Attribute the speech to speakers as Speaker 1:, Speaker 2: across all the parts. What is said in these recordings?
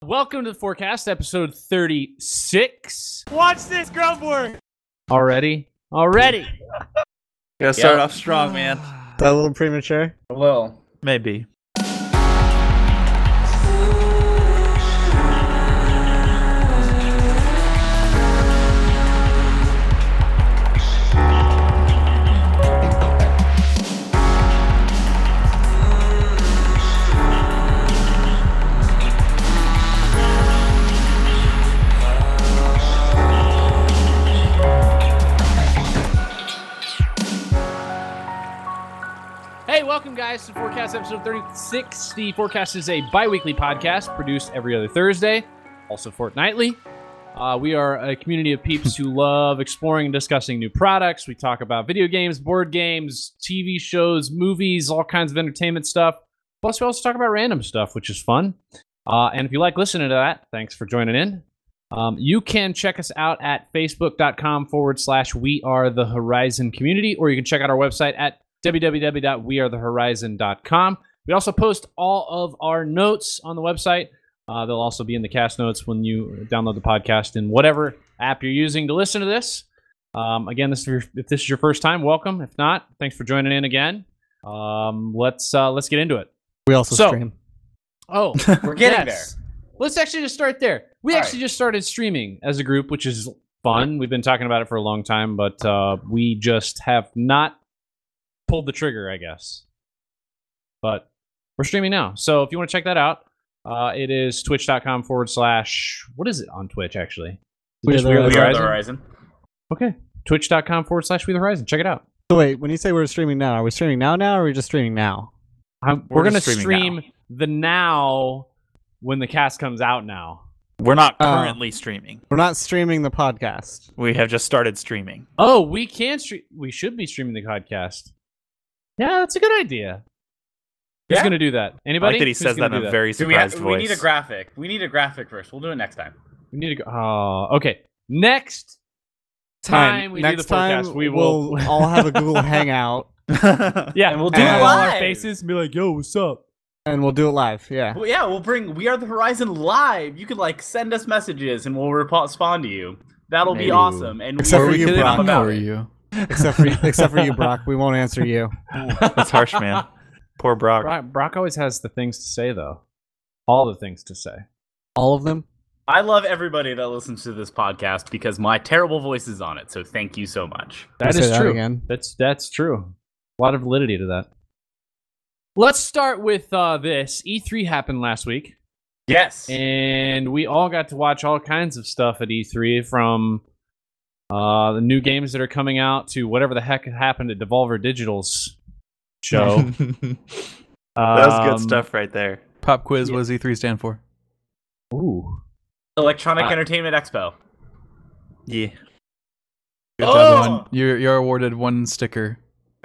Speaker 1: Welcome to the forecast, episode 36.
Speaker 2: Watch this grub work.
Speaker 1: Already? Already.
Speaker 3: Gotta start off strong, man.
Speaker 4: That a little premature?
Speaker 3: A little.
Speaker 4: Maybe.
Speaker 1: Hey, welcome, guys, to forecast episode 36. The forecast is a bi weekly podcast produced every other Thursday, also fortnightly. Uh, we are a community of peeps who love exploring and discussing new products. We talk about video games, board games, TV shows, movies, all kinds of entertainment stuff. Plus, we also talk about random stuff, which is fun. Uh, and if you like listening to that, thanks for joining in. Um, you can check us out at facebook.com forward slash we are the horizon community, or you can check out our website at www.wearethehorizon.com. We also post all of our notes on the website. Uh, they'll also be in the cast notes when you download the podcast in whatever app you're using to listen to this. Um, again, this is your, if this is your first time, welcome. If not, thanks for joining in again. Um, let's uh, let's get into it.
Speaker 4: We also
Speaker 1: So-
Speaker 4: stream.
Speaker 1: Oh,
Speaker 3: We're getting
Speaker 1: there. Let's actually just start there. We
Speaker 3: All
Speaker 1: actually just started streaming as a group, which is fun. We've been talking about it for a long time, but uh, we just have not pulled the trigger, I guess. But we're streaming now. So if you want to check that out, uh, it is twitch.com forward slash. What is it on Twitch, actually? Is it
Speaker 4: We're
Speaker 1: just
Speaker 4: the
Speaker 1: We Are
Speaker 3: there.
Speaker 1: the
Speaker 3: We
Speaker 4: Horizon.
Speaker 3: are the
Speaker 1: Horizon?
Speaker 3: horizon.
Speaker 1: Okay. Twitch.com forward slash We the Horizon. Check it out.
Speaker 4: So wait, when you say we're streaming now, are we streaming now now or are we just streaming now?
Speaker 1: I'm, we're
Speaker 3: We're
Speaker 1: going to
Speaker 3: just streaming
Speaker 1: stream the now when the cast comes out now.
Speaker 3: We're not
Speaker 4: Uh,
Speaker 3: currently streaming.
Speaker 4: We're not streaming the podcast.
Speaker 3: We have just started streaming.
Speaker 1: Oh, we can stream. We should be streaming the podcast. Yeah, that's a good idea. Who's
Speaker 5: Yeah.
Speaker 1: gonna do that?
Speaker 3: I
Speaker 1: Anybody?
Speaker 3: like that he
Speaker 1: Who's
Speaker 3: says
Speaker 1: gonna
Speaker 3: that in
Speaker 1: do
Speaker 3: a very
Speaker 5: Do we, have,
Speaker 3: surprised
Speaker 5: we
Speaker 3: voice.
Speaker 5: need a graphic. We need a graphic first. We'll do it next time.
Speaker 1: We need to go. Oh, okay. Next
Speaker 4: Alright,
Speaker 1: time we
Speaker 4: next
Speaker 1: do the podcast,
Speaker 4: time
Speaker 1: we will.
Speaker 4: we'll all have a Google Hangout
Speaker 1: yeah,
Speaker 5: And we'll do
Speaker 4: it
Speaker 1: have all our
Speaker 5: live.
Speaker 1: faces and be like, "Yo, what's up?"
Speaker 4: and we'll do it live. Yeah.
Speaker 5: Well, yeah, we'll bring We Are the Horizon live. You could like send us messages and we'll repo- respond to you. That'll
Speaker 1: Maybe.
Speaker 5: be awesome. And
Speaker 4: Except
Speaker 5: we'll
Speaker 4: for you,
Speaker 5: get
Speaker 4: Brock.
Speaker 5: up about it.
Speaker 6: you?
Speaker 4: Except for except for you, Brock. We won't answer you.
Speaker 3: That's harsh, man. Poor Brock.
Speaker 1: Brock, Brock always has the things to say, though. All the things to say.
Speaker 4: All of them?
Speaker 5: I love everybody that listens to this podcast because my terrible voice is on it. So thank you so much.
Speaker 1: That
Speaker 4: Say
Speaker 1: is true.
Speaker 4: again.
Speaker 1: That's that's true. A lot of validity to that. Let's start with uh, this. E3 happened last week.
Speaker 5: Yes.
Speaker 1: and we all got to watch all kinds of stuff at E3 from uh, the new games that are coming out to whatever the heck happened at Devolver Digital's show. um,
Speaker 3: that was good stuff right there.
Speaker 6: Pop quiz. What does E3 stand for?
Speaker 1: Ooh.
Speaker 5: Electronic
Speaker 1: Uh,
Speaker 5: Entertainment Expo.
Speaker 3: Yeah.
Speaker 6: Good job,
Speaker 5: Oh!
Speaker 6: Owen. You're you're awarded one sticker.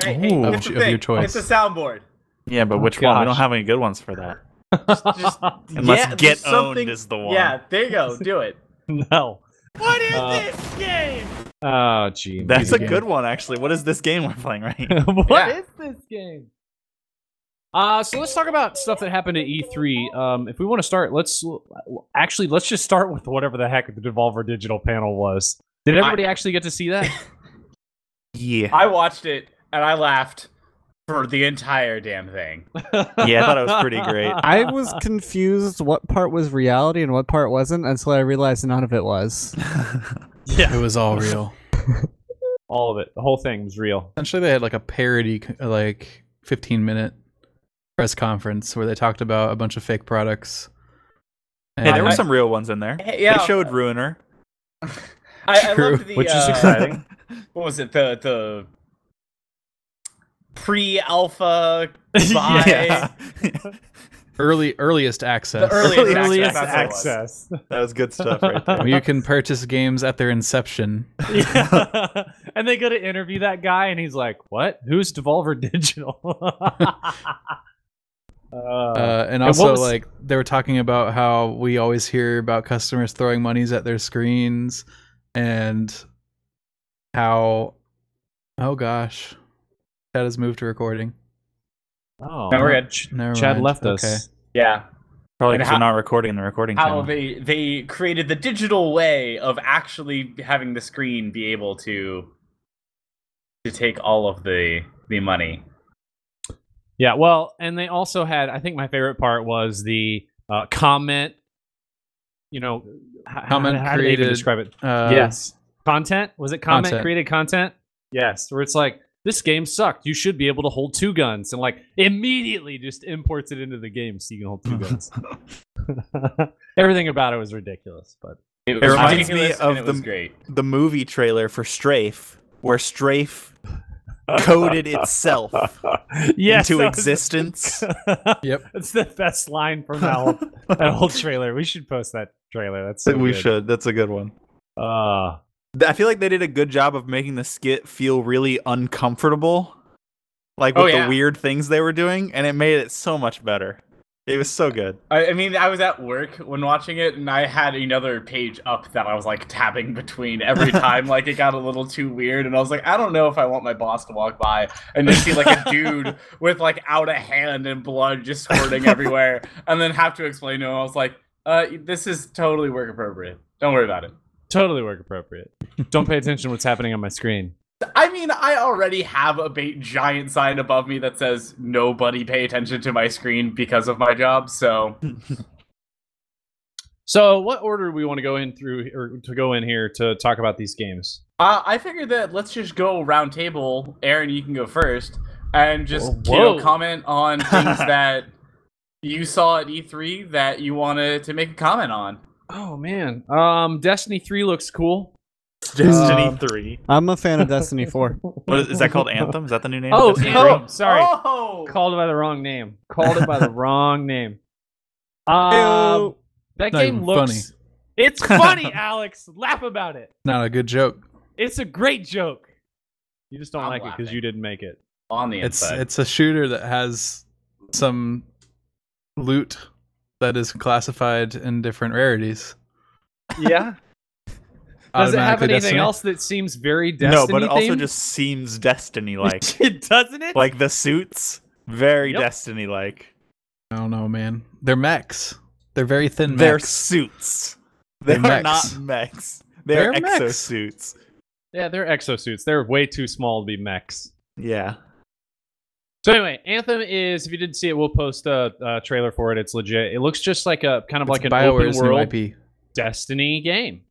Speaker 5: Hey, hey,
Speaker 3: Ooh.
Speaker 5: it's a
Speaker 6: Of- of your
Speaker 5: thing.
Speaker 6: choice.
Speaker 5: It's a soundboard.
Speaker 3: Yeah, but
Speaker 1: Oh,
Speaker 3: which one?
Speaker 1: gosh.
Speaker 3: We don't have any good ones for that.
Speaker 5: just-
Speaker 3: Unless
Speaker 5: yeah, there's
Speaker 3: Get
Speaker 5: something-
Speaker 3: Owned is the one.
Speaker 5: Yeah, there you go. Do it.
Speaker 1: no.
Speaker 2: What is
Speaker 1: Uh,
Speaker 2: this game?
Speaker 1: Oh, gee.
Speaker 3: That's a
Speaker 1: Computer
Speaker 3: good one, actually. What is this game we're playing right
Speaker 1: game.
Speaker 3: here?
Speaker 1: What is
Speaker 5: Yeah.
Speaker 1: this game? Uh, so let's talk about stuff that happened at E3. Um, if we want to start, let's actually let's just start with whatever the heck the Devolver Digital panel was. Did everybody actually get to see that?
Speaker 3: Yeah.
Speaker 5: I watched it and I laughed for the entire damn thing.
Speaker 3: Yeah, I thought it was pretty great.
Speaker 4: I was confused what part was reality and what part wasn't until I realized none of it was.
Speaker 6: It was all real.
Speaker 1: all of it. The whole thing was real.
Speaker 6: Essentially, they had like a parody, like 15 minute press conference where they talked about a bunch of fake products.
Speaker 3: hey, there were
Speaker 5: I-
Speaker 3: some real ones in there.
Speaker 5: Hey, yeah.
Speaker 3: They showed Ruiner.
Speaker 5: I, I
Speaker 6: True,
Speaker 5: loved the,
Speaker 1: which is
Speaker 5: uh,
Speaker 1: exciting.
Speaker 5: What was it? The the pre-alpha, Bye.
Speaker 3: yeah.
Speaker 6: early earliest access.
Speaker 5: the earliest,
Speaker 3: Earliest Earliest
Speaker 5: access. that's what it was.
Speaker 3: that was good stuff right there.
Speaker 6: Where you can purchase games at their inception.
Speaker 1: yeah. and they go to interview that guy, and he's like, "What? Who's Devolver Digital?" Uh,
Speaker 6: Uh, and
Speaker 1: what
Speaker 6: also,
Speaker 1: was-
Speaker 6: like, they were talking about how we always hear about customers throwing monies at their screens and how, oh gosh, that has moved to recording.
Speaker 1: oh,
Speaker 5: No, we're good.
Speaker 1: Ch-
Speaker 6: Never
Speaker 1: Chad
Speaker 6: mind.
Speaker 1: left
Speaker 6: Okay.
Speaker 1: us.
Speaker 5: Yeah.
Speaker 3: Probably
Speaker 5: And
Speaker 3: because we're
Speaker 5: how-
Speaker 3: not recording in the recording
Speaker 5: how
Speaker 3: time.
Speaker 5: they they created the digital way of actually having the screen be able to to take all of the the money.
Speaker 1: Yeah, well, and they also had. I think my favorite part was the uh, comment. You know, h- h-
Speaker 6: Comment
Speaker 1: how, do they even
Speaker 6: created-
Speaker 1: describe it.
Speaker 6: Uh,
Speaker 1: yes, content was it comment
Speaker 6: Content.
Speaker 1: created content? Yes, where it's like this game sucked. You should be able to hold two guns, and like immediately just imports it into the game so you can hold two guns. Everything about it was ridiculous, but
Speaker 5: It,
Speaker 3: was reminds me
Speaker 5: ridiculous and
Speaker 3: of
Speaker 5: it was
Speaker 3: the-
Speaker 5: great.
Speaker 3: the movie trailer for Strafe, where Strafe coded itself
Speaker 1: yes,
Speaker 3: into
Speaker 1: that was-
Speaker 3: existence.
Speaker 6: Yep.
Speaker 1: that's the best line from that whole, that whole trailer. We should post that trailer. That's so
Speaker 3: we
Speaker 1: good.
Speaker 3: should. That's a good one.
Speaker 1: Uh,
Speaker 3: I feel like they did a good job of making the skit feel really uncomfortable, like with
Speaker 5: Oh, yeah.
Speaker 3: the weird things they were doing, and it made it so much better. It was so good.
Speaker 5: I, I mean, I was at work when watching it, and I had another page up that I was like tabbing between every time, like it got a little too weird, and I was like, I don't know if I want my boss to walk by and just see like a dude with like out of hand and blood just squirting everywhere, and then have to explain to him. I was like, uh, this is totally work appropriate. Don't worry about it.
Speaker 1: totally work appropriate. Don't pay attention to what's happening on my screen.
Speaker 5: I mean, I already have a bait giant sign above me that says nobody pay attention to my screen because of my job, so
Speaker 1: So, what order we want to go in through or to go in here to talk about these games?
Speaker 5: Uh, I figured that let's just go round table. Aaron, you can go first, and just
Speaker 1: Whoa.
Speaker 5: you know, comment on things that you saw at E3 that you wanted to make a comment on.
Speaker 1: Oh man, um, Destiny Three looks cool.
Speaker 4: Destiny Um,
Speaker 3: Three.
Speaker 4: I'm a fan of Destiny 4.
Speaker 3: What is, is that called? Anthem? Is that the new name?
Speaker 1: Oh,
Speaker 3: Destiny
Speaker 1: Anthem. sorry,
Speaker 5: Oh,
Speaker 1: called it by the wrong name. Called it by the wrong name. Um, that
Speaker 6: Not
Speaker 1: game
Speaker 6: even
Speaker 1: looks. It's funny, Alex. Laugh about it.
Speaker 6: Not a good joke.
Speaker 1: It's a great joke. You just don't
Speaker 5: I'm
Speaker 1: like it because
Speaker 5: laughing.
Speaker 1: you didn't make it.
Speaker 5: on the
Speaker 6: It's
Speaker 5: inside.
Speaker 6: it's a shooter that has some loot that is classified in different rarities.
Speaker 1: Yeah. Does it have
Speaker 6: Automatically
Speaker 1: anything
Speaker 6: Destiny.
Speaker 1: else that seems very
Speaker 3: Three?
Speaker 1: Destiny?
Speaker 3: No, but it also
Speaker 1: themed?
Speaker 3: just seems Destiny like.
Speaker 1: It doesn't it?
Speaker 3: like the suits, very
Speaker 1: Yep.
Speaker 3: Destiny like.
Speaker 6: I don't know, man. They're mechs. They're very thin mechs.
Speaker 3: They're suits. They
Speaker 6: They're
Speaker 3: are
Speaker 6: mechs.
Speaker 3: not mechs. They're,
Speaker 6: They're mechs.
Speaker 3: exosuits.
Speaker 1: Yeah, they're exosuits. They're way too small to be mechs.
Speaker 3: Yeah.
Speaker 1: So anyway, Anthem is. If you didn't see it, we'll post a, a trailer for it. It's legit. It looks just like a kind of like
Speaker 6: It's
Speaker 1: an open
Speaker 6: BioWare's new
Speaker 1: world
Speaker 6: IP.
Speaker 1: Destiny game,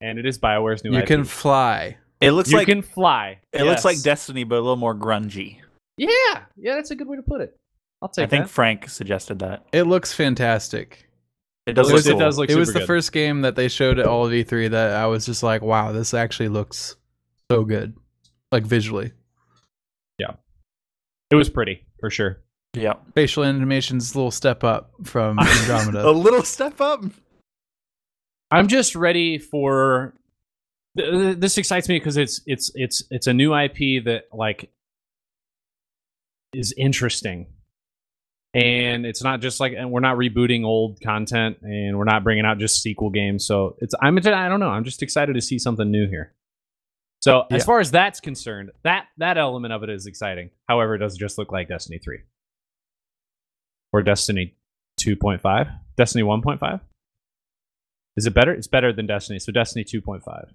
Speaker 1: and it is Bioware's new
Speaker 6: You
Speaker 1: IP.
Speaker 6: can fly.
Speaker 3: It looks
Speaker 1: you
Speaker 3: like
Speaker 1: can fly.
Speaker 3: it looks like
Speaker 1: Yes.
Speaker 3: Destiny, but a little more grungy.
Speaker 1: Yeah, yeah, that's a good way to put it. I'll take
Speaker 3: I think
Speaker 1: that.
Speaker 3: Frank suggested that.
Speaker 6: It looks fantastic.
Speaker 3: It does
Speaker 1: It
Speaker 3: look
Speaker 1: was- it
Speaker 3: cool.
Speaker 1: does look-
Speaker 6: it was
Speaker 1: super
Speaker 6: the
Speaker 1: good.
Speaker 6: first game that they showed at all of E3 that I was just like, wow, this actually looks so good, like visually.
Speaker 1: it was pretty for sure.
Speaker 3: Yeah.
Speaker 6: Facial animations, a little step up from Andromeda.
Speaker 3: a little step up.
Speaker 1: I'm just ready for th- th- this excites me because it's it's it's it's a new IP that like is interesting. And it's not just like and we're not rebooting old content and we're not bringing out just sequel games. So it's I'm I don't know, I'm just excited to see something new here. So as
Speaker 6: Yeah.
Speaker 1: far as that's concerned, that that element of it is exciting. However, it does just look like Destiny 3 or Destiny 2.5, Destiny 1.5. Is it better? It's better than Destiny. So Destiny 2.5.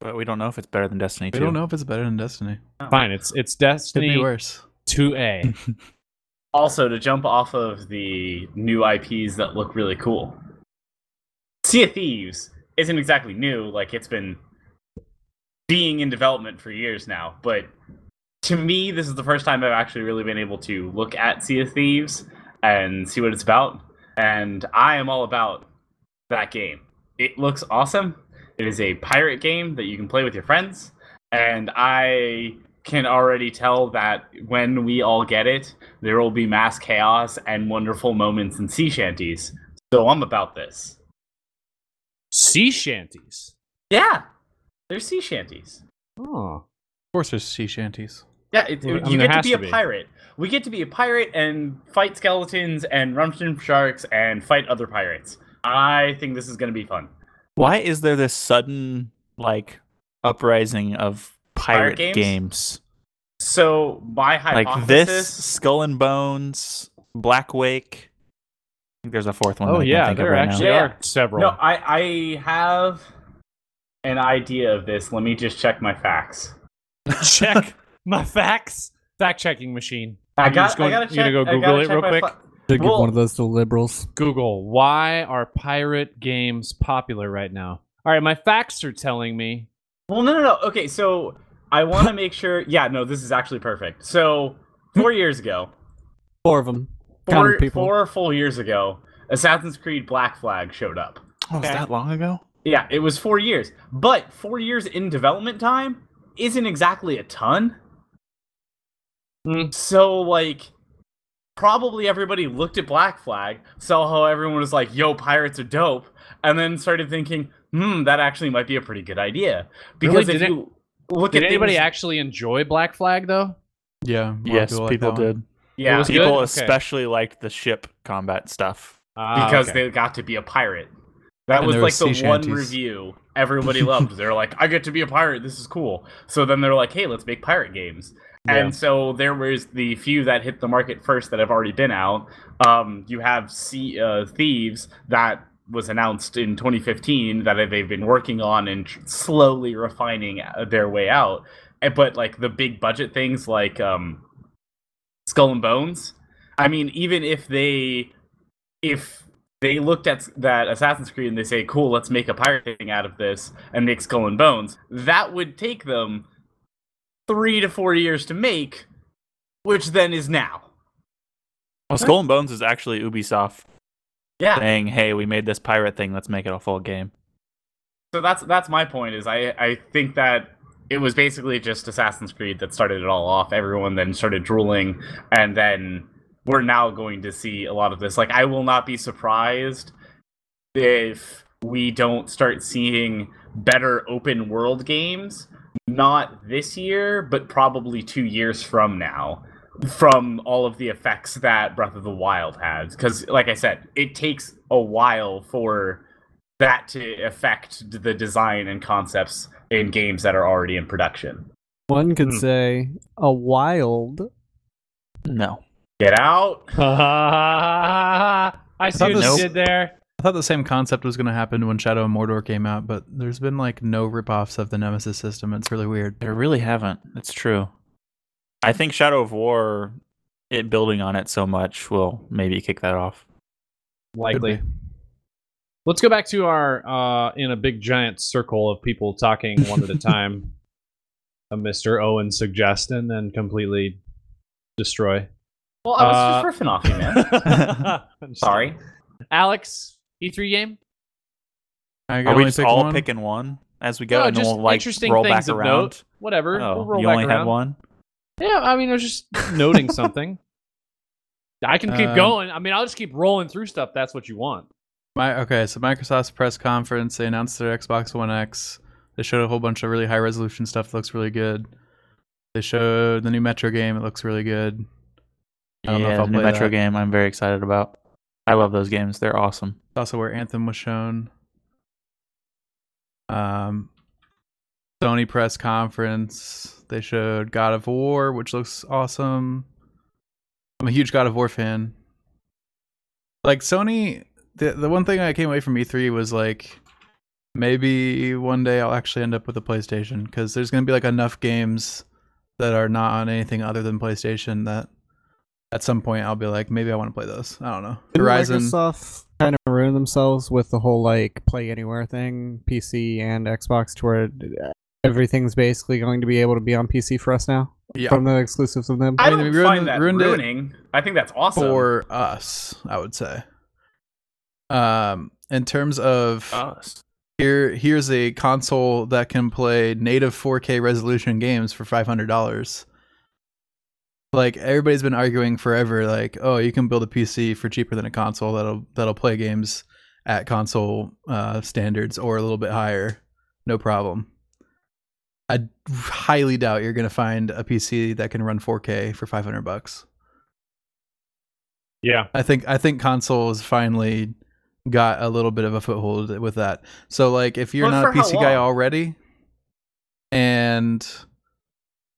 Speaker 3: But we don't know if it's better than Destiny 2.
Speaker 6: we don't know if it's better than Destiny.
Speaker 1: Fine. It's it's
Speaker 6: Could be
Speaker 1: Destiny
Speaker 6: worse.
Speaker 1: 2A.
Speaker 5: also to jump off of the new IPs that look really cool. Sea of Thieves isn't exactly new; like it's been being in development for years now. But to me, this is the first time I've actually really been able to look at Sea of Thieves and see what it's about. And I am all about that game. It looks awesome. It is a pirate game that you can play with your friends, and I can already tell that when we all get it, there will be mass chaos and wonderful moments in sea shanties. So I'm about this.
Speaker 1: sea shanties.
Speaker 5: Yeah, there's sea shanties.
Speaker 1: Oh.
Speaker 6: Of course, there's sea shanties.
Speaker 5: Yeah, it,
Speaker 1: Well, I mean,
Speaker 5: you
Speaker 1: there
Speaker 5: get to
Speaker 1: has
Speaker 5: be
Speaker 1: to
Speaker 5: a
Speaker 1: be.
Speaker 5: pirate. We get to be a pirate and fight skeletons and rumston sharks and fight other pirates. I think this is going to be fun.
Speaker 3: Why is there this sudden like uprising of pirate,
Speaker 5: Pirate games?
Speaker 3: games?
Speaker 5: So my
Speaker 3: Like
Speaker 5: hypothesis,
Speaker 3: this Skull and Bones, Black Wake. I think there's a fourth one. that
Speaker 1: Oh
Speaker 3: I can't
Speaker 1: yeah,
Speaker 3: think of
Speaker 1: there
Speaker 3: right now.
Speaker 1: actually
Speaker 5: Yeah.
Speaker 1: are several.
Speaker 5: No, I I have an idea of this. Let me just check my facts.
Speaker 1: Check my facts. Fact checking machine.
Speaker 5: I
Speaker 1: You're
Speaker 5: got.
Speaker 1: just going-
Speaker 5: I gotta check.
Speaker 1: you gonna go
Speaker 5: I
Speaker 1: Google
Speaker 5: gotta
Speaker 1: it
Speaker 5: check
Speaker 1: real
Speaker 5: my
Speaker 1: quick?
Speaker 5: fa-
Speaker 4: Should give
Speaker 5: Well-
Speaker 4: one of those to liberals.
Speaker 1: Google, why are pirate games popular right now? All right, my facts are telling me.
Speaker 5: well, no, no, no. Okay, so I want to make sure. Yeah, no, this is actually perfect. So four years ago,
Speaker 4: Four of them.
Speaker 5: four,
Speaker 4: Counting people.
Speaker 5: four full years ago, Assassin's Creed Black Flag showed up.
Speaker 3: Oh, was
Speaker 2: Okay.
Speaker 3: that long ago?
Speaker 5: Yeah, it was four years, but four years in development time isn't exactly a ton.
Speaker 1: Mm.
Speaker 5: So like, probably everybody looked at Black Flag, saw how everyone was like, "Yo, pirates are dope," and then started thinking, "Hmm, that actually might be a pretty good idea." Because
Speaker 1: Really?
Speaker 5: if
Speaker 1: Did it-
Speaker 5: you look
Speaker 1: Did
Speaker 5: at
Speaker 1: anybody
Speaker 5: things,
Speaker 1: actually enjoy Black Flag though?
Speaker 6: Yeah. a lot of
Speaker 3: yes,
Speaker 6: like
Speaker 3: people
Speaker 6: that one.
Speaker 3: did.
Speaker 5: yeah,
Speaker 1: was- It's
Speaker 3: People
Speaker 1: good? Okay.
Speaker 3: especially liked the ship combat stuff.
Speaker 1: Ah,
Speaker 5: because
Speaker 1: okay.
Speaker 5: they got to be a pirate. That
Speaker 6: And
Speaker 5: was
Speaker 6: there
Speaker 5: like
Speaker 6: was
Speaker 5: the
Speaker 6: sea
Speaker 5: one
Speaker 6: shanties.
Speaker 5: review everybody loved. They're like, I get to be a pirate. This is cool. So then they're like, hey, let's make pirate games.
Speaker 1: Yeah.
Speaker 5: And so there was the few that hit the market first that have already been out. Um, you have sea, uh, Thieves that was announced in 2015 that they've been working on and tr- slowly refining uh, their way out. And- But like the big budget things like um, Skull and Bones, I mean, even if they if they looked at s- that Assassin's Creed and they say, "Cool, let's make a pirate thing out of this and make Skull and Bones," that would take them three to four years to make, which then is now.
Speaker 3: Well, Skull and Bones is actually Ubisoft
Speaker 5: Yeah.
Speaker 3: saying, "Hey, we made this pirate thing. Let's make it a full game."
Speaker 5: So that's that's my point. Is I I think that it was basically just Assassin's Creed that started it all off. Everyone then started drooling, and then we're now going to see a lot of this. Like I will not be surprised if we don't start seeing better open world games not this year but probably 2 years from now from all of the effects that Breath of the Wild has cuz like I said it takes a while for that to affect d- the design and concepts in games that are already in production
Speaker 4: One could
Speaker 1: Hmm.
Speaker 4: say a wild.
Speaker 3: No.
Speaker 5: get out
Speaker 1: Ah, I see what
Speaker 3: Nope.
Speaker 1: you did there.
Speaker 6: I thought the same concept was going to happen when Shadow of Mordor came out, but there's been like no ripoffs of the Nemesis system. It's really weird.
Speaker 3: They really haven't. It's true. I think Shadow of War, it building on it so much, will maybe kick that off.
Speaker 1: Likely.
Speaker 6: be.
Speaker 1: Let's go back to our uh, in a big giant circle of people talking one at a time. A Mr. Owen suggest and then completely destroy.
Speaker 5: well I was just riffing off you man
Speaker 1: I'm
Speaker 5: Uh, sorry
Speaker 1: Alex, E3 game?
Speaker 6: I can
Speaker 3: Are we
Speaker 6: only
Speaker 3: just
Speaker 6: pick
Speaker 3: all
Speaker 6: one?
Speaker 3: picking one as we go,
Speaker 1: No,
Speaker 3: and then
Speaker 1: Oh, just
Speaker 3: we'll like
Speaker 1: interesting
Speaker 3: roll
Speaker 1: things
Speaker 3: back
Speaker 1: of
Speaker 3: around?
Speaker 1: note. Whatever.
Speaker 3: Oh,
Speaker 1: we'll roll
Speaker 3: you
Speaker 1: back
Speaker 3: only
Speaker 1: around.
Speaker 3: had one.
Speaker 1: Yeah, I mean, I was just noting something. I can keep
Speaker 6: Um,
Speaker 1: going. I mean, I'll just keep rolling through stuff. That's what you want.
Speaker 6: My, okay, so Microsoft's press conference, they announced their Xbox One X. They showed a whole bunch of really high resolution stuff that looks really good. They showed the new Metro game, it looks really good. I don't know if
Speaker 3: Yeah,
Speaker 6: I'll
Speaker 3: the new
Speaker 6: play
Speaker 3: Metro
Speaker 6: that.
Speaker 3: game. I'm very excited about. I love those games. They're awesome.
Speaker 6: It's also where Anthem was shown. Um, Sony press conference. They showed God of War, which looks awesome. I'm a huge God of War fan. Like Sony, the the one thing I came away from E3 was like, maybe one day I'll actually end up with a PlayStation because there's gonna be like enough games that are not on anything other than PlayStation that at some point I'll be like, maybe I want to play those. I don't know.
Speaker 4: Didn't
Speaker 6: Horizon.
Speaker 4: Microsoft kind of ruined themselves with the whole like play anywhere thing, PC and Xbox, to where everything's basically going to be able to be on PC for us now
Speaker 6: yeah.
Speaker 4: from the exclusives of them.
Speaker 5: I
Speaker 6: mean,
Speaker 5: don't
Speaker 6: they ruined
Speaker 5: find
Speaker 6: it-
Speaker 5: that
Speaker 6: ruined it
Speaker 5: ruining. I think that's awesome.
Speaker 6: for us, I would say. Um, in terms of
Speaker 5: Oh.
Speaker 6: here, here's a console that can play native 4K resolution games for five hundred dollars. Like everybody's been arguing forever, like, oh, you can build a PC for cheaper than a console that'll that'll play games at console uh, standards or a little bit higher, no problem. I highly doubt you're gonna find a PC that can run 4K for 500 bucks.
Speaker 1: Yeah.
Speaker 6: I think I think consoles finally got a little bit of a foothold with that. So like if you're
Speaker 5: But
Speaker 6: not a
Speaker 5: for how
Speaker 6: PC guy
Speaker 5: long?
Speaker 6: already and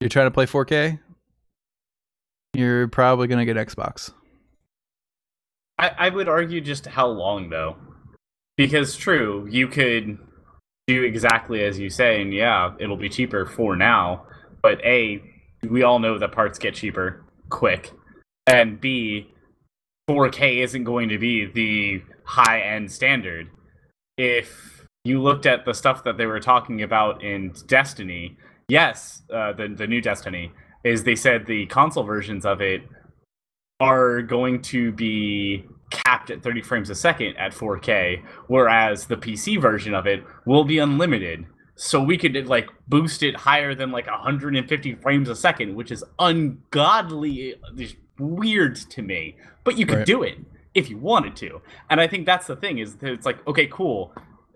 Speaker 6: you're trying to play 4K, you're probably going to get Xbox.
Speaker 5: I, I would argue just how long though, because true, you could do exactly as you say, and yeah, it'll be cheaper for now. But a, we all know that parts get cheaper quick, and b, 4K isn't going to be the high end standard. If you looked at the stuff that they were talking about in Destiny, yes, uh, the the new Destiny is they said the console versions of it are going to be capped at 30 frames a second at 4K, whereas the PC version of it will be unlimited. So we could like boost it higher than like 150 frames a second, which is ungodly just weird to me. But you could
Speaker 6: Right.
Speaker 5: do it if you wanted to. And I think that's the thing is that it's like okay, cool.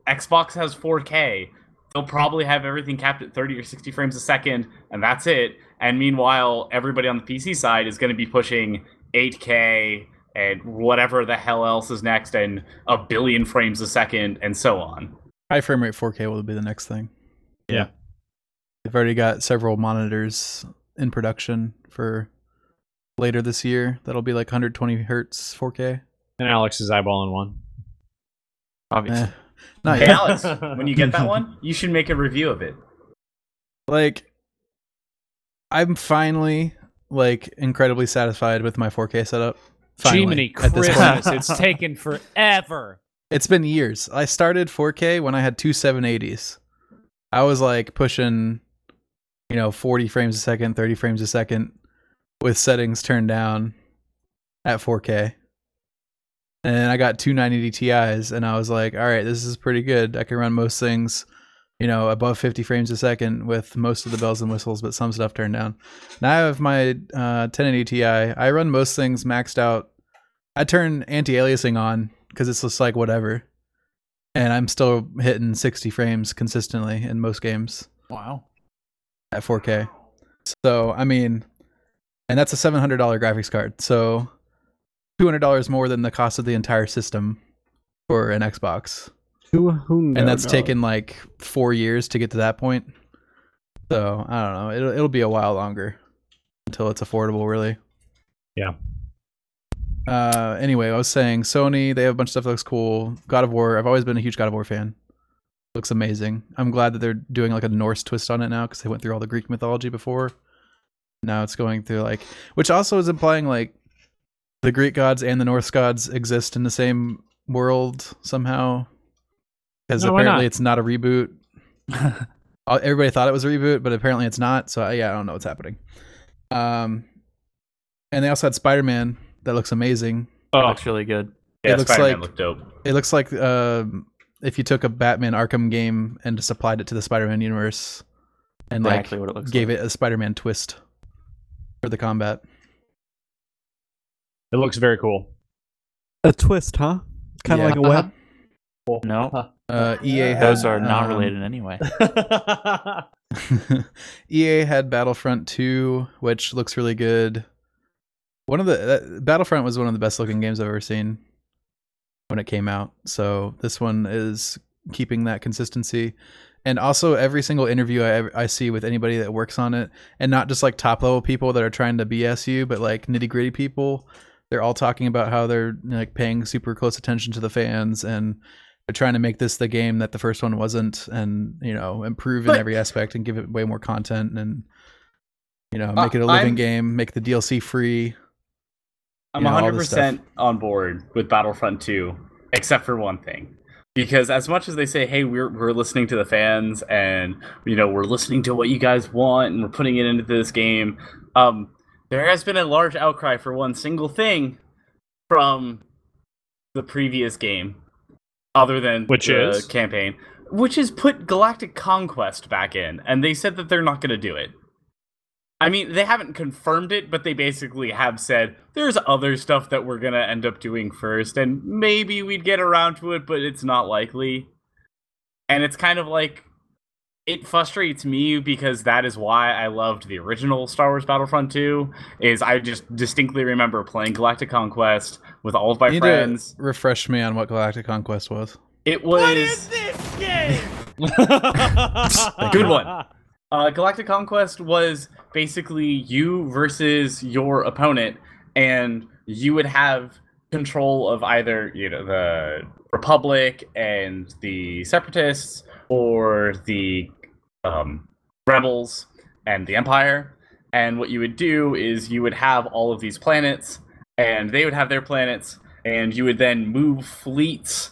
Speaker 5: Xbox has 4K. They'll probably have everything capped at 30 or 60 frames a second, and that's it. And meanwhile, everybody on the PC side is going to be pushing 8K and whatever the hell else is next, and a billion frames a second, and so on.
Speaker 6: High frame rate 4K will be the next thing.
Speaker 3: Yeah.
Speaker 6: They've already got several monitors in production for later this year. That'll be like 120 hertz 4K.
Speaker 1: And Alex is eyeballing one.
Speaker 3: Obviously.
Speaker 6: Eh, not
Speaker 5: Hey
Speaker 6: yet.
Speaker 5: Alex, when you get that one, you should make a review of it.
Speaker 6: like I'm finally like incredibly satisfied with my 4K setup. Finally,
Speaker 1: Jiminy
Speaker 6: at this point.
Speaker 1: Christmas, it's taken forever.
Speaker 6: It's been years. I started 4K when I had two 780s. I was like pushing, you know, 40 frames a second, 30 frames a second with settings turned down at 4K. And I got two 980 Ti's and I was like, all right, this is pretty good. I can run most things, you know, above 50 frames a second with most of the bells and whistles, but some stuff turned down. Now I have my uh, 1080 Ti. I run most things maxed out I turn anti-aliasing on because it's just like whatever, and I'm still hitting 60 frames consistently in most games
Speaker 3: Wow.
Speaker 6: at 4K. So I mean, and that's a $700 graphics card, so $200 more than the cost of the entire system for an Xbox,
Speaker 4: Who, who
Speaker 6: and that's
Speaker 4: knows?
Speaker 6: taken like four years to get to that point. So I don't know. It'll it'll be a while longer until it's affordable, really.
Speaker 1: Yeah.
Speaker 6: Uh, anyway, I was saying Sony. They have a bunch of stuff that looks cool. God of War. I've always been a huge God of War fan. Looks amazing. I'm glad that they're doing like a Norse twist on it now because they went through all the Greek mythology before. Now it's going through like, which also is implying like the Greek gods and the Norse gods exist in the same world somehow. Because
Speaker 1: No, why
Speaker 6: apparently
Speaker 1: not?
Speaker 6: it's not a reboot. Uh, Everybody thought it was a reboot, but apparently it's not. So yeah, I don't know what's happening. Um, and they also had Spider Man that looks amazing.
Speaker 1: Oh,
Speaker 3: Looks really good.
Speaker 6: It
Speaker 5: Yeah,
Speaker 6: looks
Speaker 5: Spider-Man
Speaker 6: like-
Speaker 5: looked dope.
Speaker 6: It looks like um if you took a Batman Arkham game and just applied it to the Spider Man universe and
Speaker 3: Exactly
Speaker 6: like
Speaker 3: what it looks
Speaker 6: gave it a Spider Man twist for the combat.
Speaker 1: it looks very cool.
Speaker 4: a twist, huh? Kind
Speaker 6: Yeah.
Speaker 4: of like a web.
Speaker 3: like. No,
Speaker 6: Uh, EA had,
Speaker 3: those are not
Speaker 6: um,
Speaker 3: related in any way.
Speaker 6: EA E had Battlefront 2, which looks really good. One of the that, Battlefront was one of the best looking games I've ever seen when it came out. So this one is keeping that consistency. And also every single interview I ever- I see with anybody that works on it, and not just like top level people that are trying to BS you, but like nitty gritty people, they're all talking about how they're like paying super close attention to the fans and they're trying to make this the game that the first one wasn't and you know improve in
Speaker 5: But-
Speaker 6: every aspect and give it way more content and you know
Speaker 5: Uh,
Speaker 6: make it a living
Speaker 5: I'm-
Speaker 6: game make the dlc free
Speaker 5: I'm
Speaker 6: you know, all this stuff.
Speaker 5: 100% on board with Battlefront 2, except for one thing. Because as much as they say, hey, we're, we're listening to the fans and, you know, we're listening to what you guys want and we're putting it into this game, um, there has been a large outcry for one single thing from the previous game, other than
Speaker 1: Which
Speaker 5: the
Speaker 1: is?
Speaker 5: campaign, which is put Galactic Conquest back in. And they said that they're not going to do it. I mean, they haven't confirmed it, but they basically have said there's other stuff that we're gonna end up doing first, and maybe we'd get around to it, but it's not likely. And it's kind of like it frustrates me because that is why I loved the original Star Wars Battlefront 2. Is I just distinctly remember playing Galactic Conquest with all of my
Speaker 6: You need to
Speaker 5: friends.
Speaker 6: refresh me on what galactic conquest was
Speaker 5: It
Speaker 2: What is
Speaker 5: was
Speaker 2: this game?
Speaker 5: Good one. uh, Galactic Conquest was basically you versus your opponent, and you would have control of either you know the Republic and the Separatists or the um, rebels and the Empire. And what you would do is you would have all of these planets, and they would have their planets, and you would then move fleets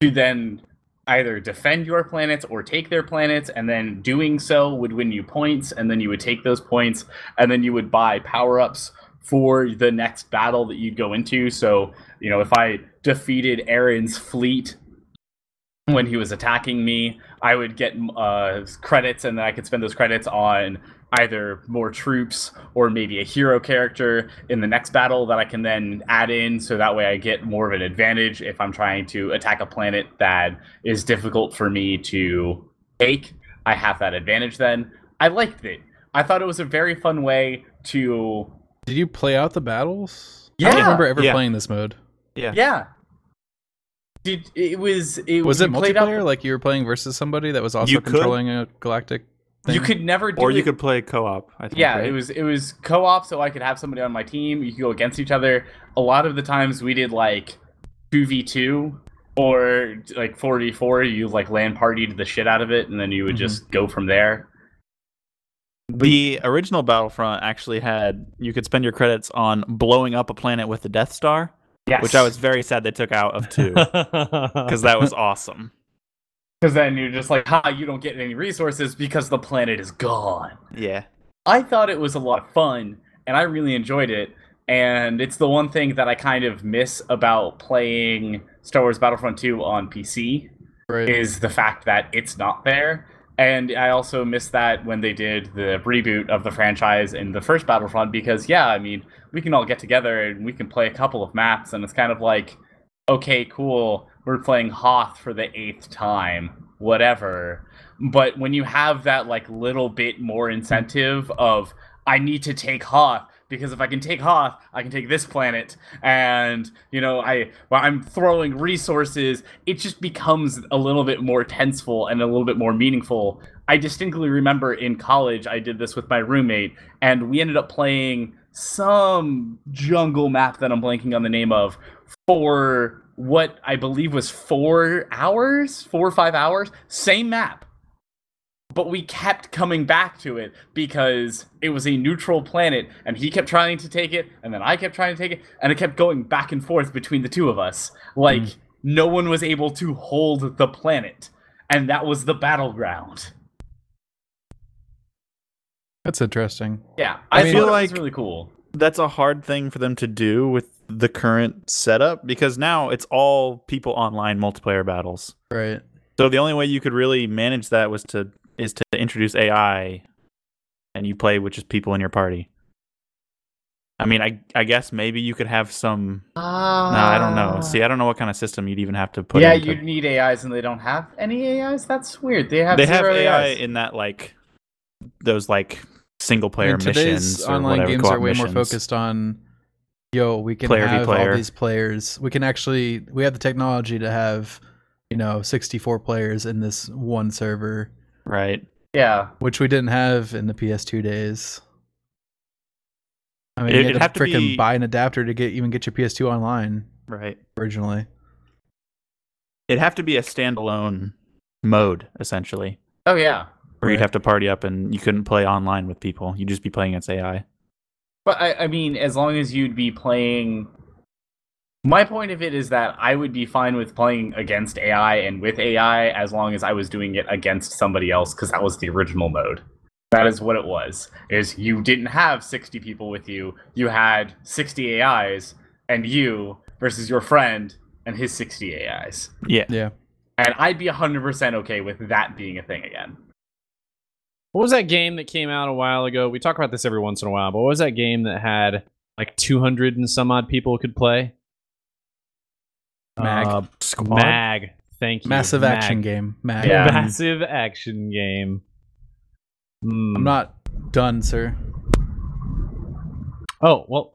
Speaker 5: to then either defend your planets or take their planets, and then doing so would win you points, and then you would take those points, and then you would buy power ups for the next battle that you'd go into. So, you know, if I defeated Aaron's fleet when he was attacking me, I would get uh, credits, and then I could spend those credits on either more troops or maybe a hero character in the next battle that I can then add in. So that way I get more of an advantage if I'm trying to attack a planet that is difficult for me to take. I have that advantage then. I liked it. I thought it was a very fun way to.
Speaker 6: Did you play out the battles? I don't
Speaker 5: Yeah.
Speaker 6: remember ever
Speaker 3: Yeah.
Speaker 6: playing this mode.
Speaker 5: Yeah. Did, it was it
Speaker 6: Was it
Speaker 5: you played out-
Speaker 6: multiplayer? Like you were playing versus somebody that was also
Speaker 3: You could.
Speaker 6: controlling a galactic thing?
Speaker 5: You could never do
Speaker 3: Or you
Speaker 5: it-
Speaker 3: could play co-op. I think,
Speaker 5: yeah
Speaker 3: right?
Speaker 5: it was it was co-op so i could have somebody on my team you could go against each other a lot of the times we did like 2v2 or like 4v4 you like land partied the shit out of it and then you would
Speaker 6: Mm-hmm.
Speaker 3: Mhm.
Speaker 5: just go from there
Speaker 3: The original Battlefront actually had you could spend your credits on blowing up a planet with the Death Star,
Speaker 5: yes
Speaker 3: which I was very sad they took out of two because that was awesome.
Speaker 5: because then you're just like ha you don't get any resources because the planet is gone
Speaker 3: Yeah,
Speaker 5: I thought it was a lot of fun, and I really enjoyed it. And it's the one thing that I kind of miss about playing Star Wars Battlefront 2 on PC
Speaker 6: Right.
Speaker 5: is the fact that it's not there. And I also miss that when they did the reboot of the franchise in the first Battlefront because, yeah, I mean, we can all get together and we can play a couple of maps, and it's kind of like, okay, cool, we're playing Hoth for the eighth time, whatever but when you have that like little bit more incentive of i need to take hoth because if i can take hoth i can take this planet and you know i well, i'm throwing resources it just becomes a little bit more tenseful and a little bit more meaningful i distinctly remember in college i did this with my roommate and we ended up playing some jungle map that i'm blanking on the name of for what i believe was four hours four or five hours same map but we kept coming back to it because it was a neutral planet and he kept trying to take it and then i kept trying to take it and it kept going back and forth between the two of us like
Speaker 3: Mm.
Speaker 5: no one was able to hold the planet and that was the battleground
Speaker 6: That's interesting.
Speaker 5: yeah
Speaker 6: I
Speaker 5: i,
Speaker 6: mean-
Speaker 5: feel
Speaker 3: feel
Speaker 5: like
Speaker 3: like-
Speaker 5: really cool
Speaker 3: that's a hard thing for them to do with the current setup because now it's all people online multiplayer battles.
Speaker 6: Right.
Speaker 3: So the only way you could really manage that was to is to introduce AI, and you play with just people in your party. I mean, I I guess maybe you could have some. No, I don't
Speaker 6: Ah.
Speaker 3: know. See, I don't know what kind of system you'd even have to put.
Speaker 5: Ah. yeah
Speaker 3: into-
Speaker 5: you need ais and they don't have any ais that's weird they have
Speaker 3: they have
Speaker 5: zero
Speaker 3: AI
Speaker 5: AIs.
Speaker 3: in that like those like single
Speaker 6: I mean,
Speaker 3: player missions.
Speaker 6: today's
Speaker 3: or
Speaker 6: online
Speaker 3: whatever,
Speaker 6: games
Speaker 3: co-op
Speaker 6: are way more
Speaker 3: missions.
Speaker 6: focused on yo, we can
Speaker 3: Player v
Speaker 6: have
Speaker 3: player.
Speaker 6: all these players. We can actually we have the technology to have, you know, sixty four players in this one server,
Speaker 3: right?
Speaker 5: yeah
Speaker 6: which we didn't have in the PS2 days. I
Speaker 3: It-
Speaker 6: mean, you
Speaker 3: it'd
Speaker 6: had
Speaker 3: have
Speaker 6: to
Speaker 3: to
Speaker 6: freaking
Speaker 3: be-
Speaker 6: buy an adapter to get even get your PS2 online
Speaker 3: Right.
Speaker 6: originally.
Speaker 3: It'd have to be a standalone mode essentially,
Speaker 5: oh yeah
Speaker 3: where
Speaker 6: Right.
Speaker 3: you'd have to party up and you couldn't play online with people. You'd just be playing against AI.
Speaker 5: But I, I mean, as long as you'd be playing. My point of it is that I would be fine with playing against AI and with AI as long as I was doing it against somebody else because that was the original mode. That is what it was. Is you didn't have 60 people with you. You had 60 AIs and you versus your friend and his 60 AIs.
Speaker 3: Yeah.
Speaker 6: Yeah.
Speaker 5: And I'd be 100% okay with that being a thing again.
Speaker 1: What was that game that came out a while ago? We talk about this every once in a while, but what was that game that had like 200 and some odd people could play?
Speaker 6: Mag.
Speaker 1: Uh,
Speaker 3: Squad.
Speaker 1: Mag. Thank you.
Speaker 6: Massive
Speaker 1: Mag.
Speaker 6: action game. Mag.
Speaker 5: Yeah.
Speaker 1: Massive action game. Hmm.
Speaker 6: I'm not done, sir.
Speaker 1: Oh well.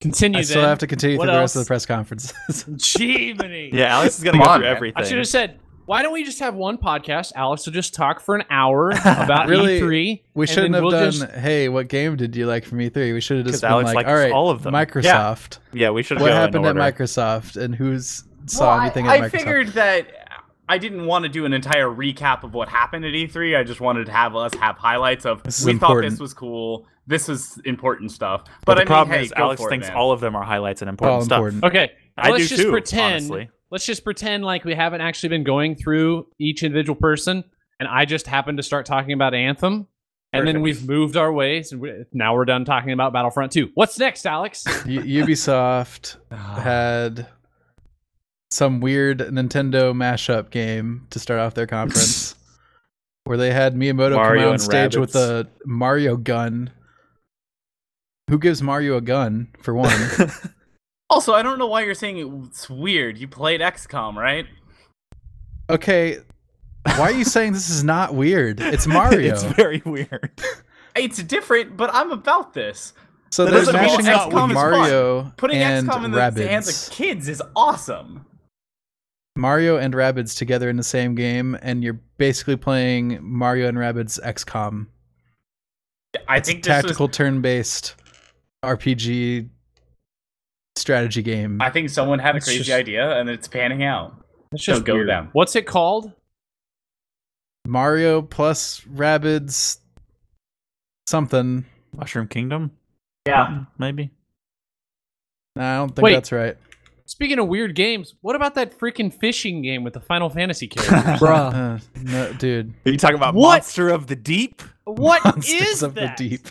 Speaker 1: Continue.
Speaker 6: I still
Speaker 1: then.
Speaker 6: have to continue
Speaker 1: What
Speaker 6: through the rest of
Speaker 1: else?
Speaker 6: the press conferences.
Speaker 1: Jiminy.
Speaker 3: Yeah, Alex is gonna
Speaker 5: Come
Speaker 3: go
Speaker 5: on,
Speaker 3: through
Speaker 5: man.
Speaker 1: I should
Speaker 3: everything.
Speaker 1: have said Why don't we just have one podcast? Alex will just talk for an hour about
Speaker 6: Really,
Speaker 1: E3.
Speaker 6: We
Speaker 1: and
Speaker 6: shouldn't
Speaker 1: then
Speaker 6: have
Speaker 1: we'll
Speaker 6: done.
Speaker 1: just-
Speaker 6: Hey, what game did you like from E3? We should have
Speaker 3: 'Cause
Speaker 6: just been
Speaker 3: Alex
Speaker 6: like,
Speaker 3: likes
Speaker 6: all right,
Speaker 3: all of them.
Speaker 6: Microsoft.
Speaker 3: Yeah, we should.
Speaker 6: What
Speaker 3: go
Speaker 6: happened
Speaker 3: in
Speaker 6: at
Speaker 3: order.
Speaker 6: Microsoft and who's saw
Speaker 5: Well,
Speaker 6: anything
Speaker 5: I,
Speaker 6: at
Speaker 5: I
Speaker 6: Microsoft?
Speaker 5: figured that I didn't want to do an entire recap of what happened at E3. I just wanted to have us have highlights of
Speaker 6: This is
Speaker 5: we thought
Speaker 6: important.
Speaker 5: this was cool. This was important stuff. But,
Speaker 3: But,
Speaker 5: I
Speaker 3: the
Speaker 5: mean,
Speaker 3: problem
Speaker 5: hey,
Speaker 3: is,
Speaker 5: go
Speaker 3: Alex
Speaker 5: for it,
Speaker 3: thinks
Speaker 5: man.
Speaker 3: all of them are highlights and important
Speaker 6: all
Speaker 3: stuff.
Speaker 6: important.
Speaker 1: Okay.
Speaker 3: I
Speaker 1: let's
Speaker 3: do
Speaker 1: just
Speaker 3: too.
Speaker 1: pretend.
Speaker 3: Honestly,
Speaker 1: Let's just pretend like we haven't actually been going through each individual person, and I just happened to start talking about Anthem, and then
Speaker 3: Perfect.
Speaker 1: we've moved our ways, and we, now we're done talking about Battlefront 2. What's next, Alex?
Speaker 6: U- Ubisoft
Speaker 3: Uh-huh.
Speaker 6: had some weird Nintendo mashup game to start off their conference, where they had Miyamoto
Speaker 3: Mario
Speaker 6: come out on
Speaker 3: and
Speaker 6: stage with a
Speaker 3: rabbits.
Speaker 6: Mario gun. Who gives Mario a gun for one?
Speaker 5: Also, I don't know why you're saying it's weird. You played XCOM, right?
Speaker 6: okay, why are you saying this is not weird? It's Mario.
Speaker 3: it's very weird.
Speaker 5: It's different, but I'm about this.
Speaker 6: so
Speaker 3: that
Speaker 6: they're
Speaker 3: doesn't mean
Speaker 6: mashing
Speaker 3: it's
Speaker 6: up
Speaker 3: not
Speaker 6: with
Speaker 5: weird.
Speaker 6: Mario
Speaker 5: Putting
Speaker 6: and
Speaker 5: XCOM in the hands
Speaker 6: rabbits.
Speaker 5: of kids is awesome.
Speaker 6: Mario and rabbits together in the same game, and you're basically playing Mario and rabbits XCOM.
Speaker 5: I
Speaker 6: It's
Speaker 5: think this was
Speaker 6: tactical turn-based RPG strategy game.
Speaker 5: I think someone had a
Speaker 1: It's
Speaker 5: crazy
Speaker 1: just-
Speaker 5: idea and it's panning out.
Speaker 1: Let's
Speaker 5: So
Speaker 1: just
Speaker 5: go with
Speaker 1: weird.
Speaker 5: them.
Speaker 1: What's it called?
Speaker 6: Mario plus Rabbids something.
Speaker 3: Mushroom Kingdom,
Speaker 5: Yeah.
Speaker 3: maybe.
Speaker 6: No, I don't think
Speaker 1: Wait.
Speaker 6: that's right.
Speaker 1: Speaking of weird games, what about that freaking fishing game with the Final Fantasy character?
Speaker 4: Bruh.
Speaker 6: Uh, no, dude.
Speaker 3: Are you talking about
Speaker 2: What?
Speaker 3: Monster of the Deep?
Speaker 2: What
Speaker 6: Monsters
Speaker 2: is
Speaker 6: of
Speaker 2: that?
Speaker 6: the Deep.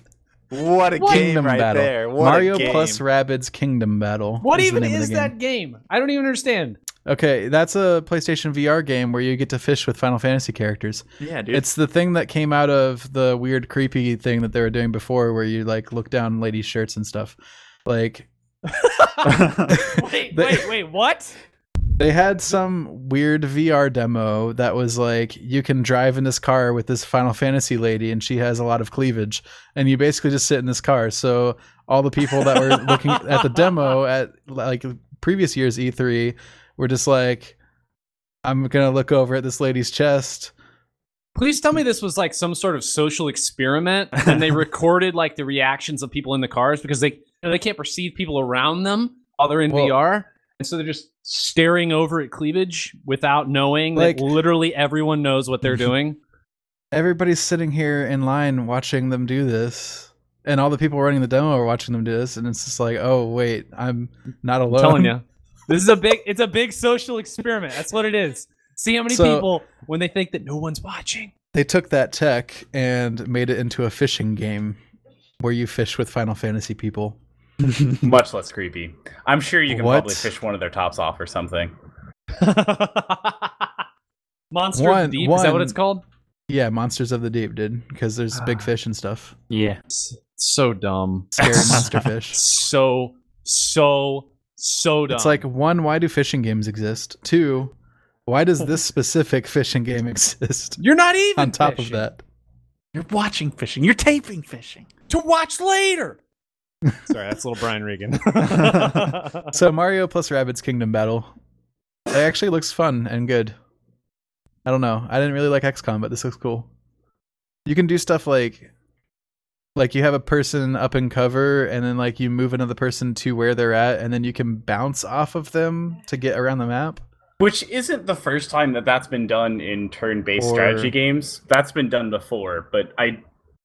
Speaker 3: What a game
Speaker 6: Kingdom
Speaker 3: right
Speaker 6: Battle.
Speaker 3: there! What a
Speaker 6: Mario
Speaker 3: game.
Speaker 6: plus Rabbids Kingdom Battle.
Speaker 1: what
Speaker 6: the
Speaker 1: even
Speaker 6: name of the
Speaker 1: is
Speaker 6: game.
Speaker 1: that game? I don't even understand.
Speaker 6: Okay, that's a PlayStation VR game where you get to fish with Final Fantasy characters.
Speaker 3: Yeah, dude.
Speaker 6: It's the thing that came out of the weird creepy thing that they were doing before where you like look down ladies' shirts and stuff. Like
Speaker 2: Wait,
Speaker 6: They-
Speaker 2: wait, wait, what?
Speaker 6: They had some weird VR demo that was like you can drive in this car with this Final Fantasy lady and she has a lot of cleavage and you basically just sit in this car. So all the people that were looking at the demo at like previous year's E3 were just like I'm going to look over at this lady's chest.
Speaker 1: Please tell me this was like some sort of social experiment, and they recorded like the reactions of people in the cars because they you know, they can't perceive people around them while they're in
Speaker 6: Well-
Speaker 1: VR, and so they're just staring over at cleavage without knowing
Speaker 6: Like-
Speaker 1: that literally everyone knows what they're doing.
Speaker 6: Everybody's sitting here in line watching them do this. And all the people running the demo are watching them do this and it's just like, "Oh, wait, I'm not alone."
Speaker 1: I'm telling you, this is a big it's a big social experiment. That's what it is. See how many
Speaker 6: So-
Speaker 1: people when they think that no one's watching.
Speaker 6: they took that tech and made it into a fishing game where you fish with Final Fantasy people.
Speaker 5: Much less creepy. I'm sure you can
Speaker 6: What?
Speaker 5: probably fish one of their tops off or something.
Speaker 1: Monster of
Speaker 6: One-
Speaker 1: the Deep is that what
Speaker 6: one-
Speaker 1: it's called?
Speaker 6: Yeah, Monsters of the Deep, dude, because there's big fish and stuff.
Speaker 3: yeah.
Speaker 1: It's so dumb.
Speaker 6: Scary monster fish.
Speaker 1: so so so dumb.
Speaker 6: It's like one, why do fishing games exist? Two, why does this specific fishing game exist?
Speaker 1: you're not even
Speaker 6: On top of
Speaker 1: fishing.
Speaker 6: that,
Speaker 3: You're watching fishing. You're taping fishing.
Speaker 1: to watch later. Sorry, that's little Brian Regan.
Speaker 6: so Mario plus Rabbids Kingdom Battle. It actually looks fun and good. I don't know. I didn't really like XCOM, but this looks cool. You can do stuff like like you have a person up in cover and then like you move another person to where they're at and then you can bounce off of them to get around the map.
Speaker 5: Which isn't the first time that that's been done in turn based
Speaker 6: Or-
Speaker 5: strategy games. That's been done before, but I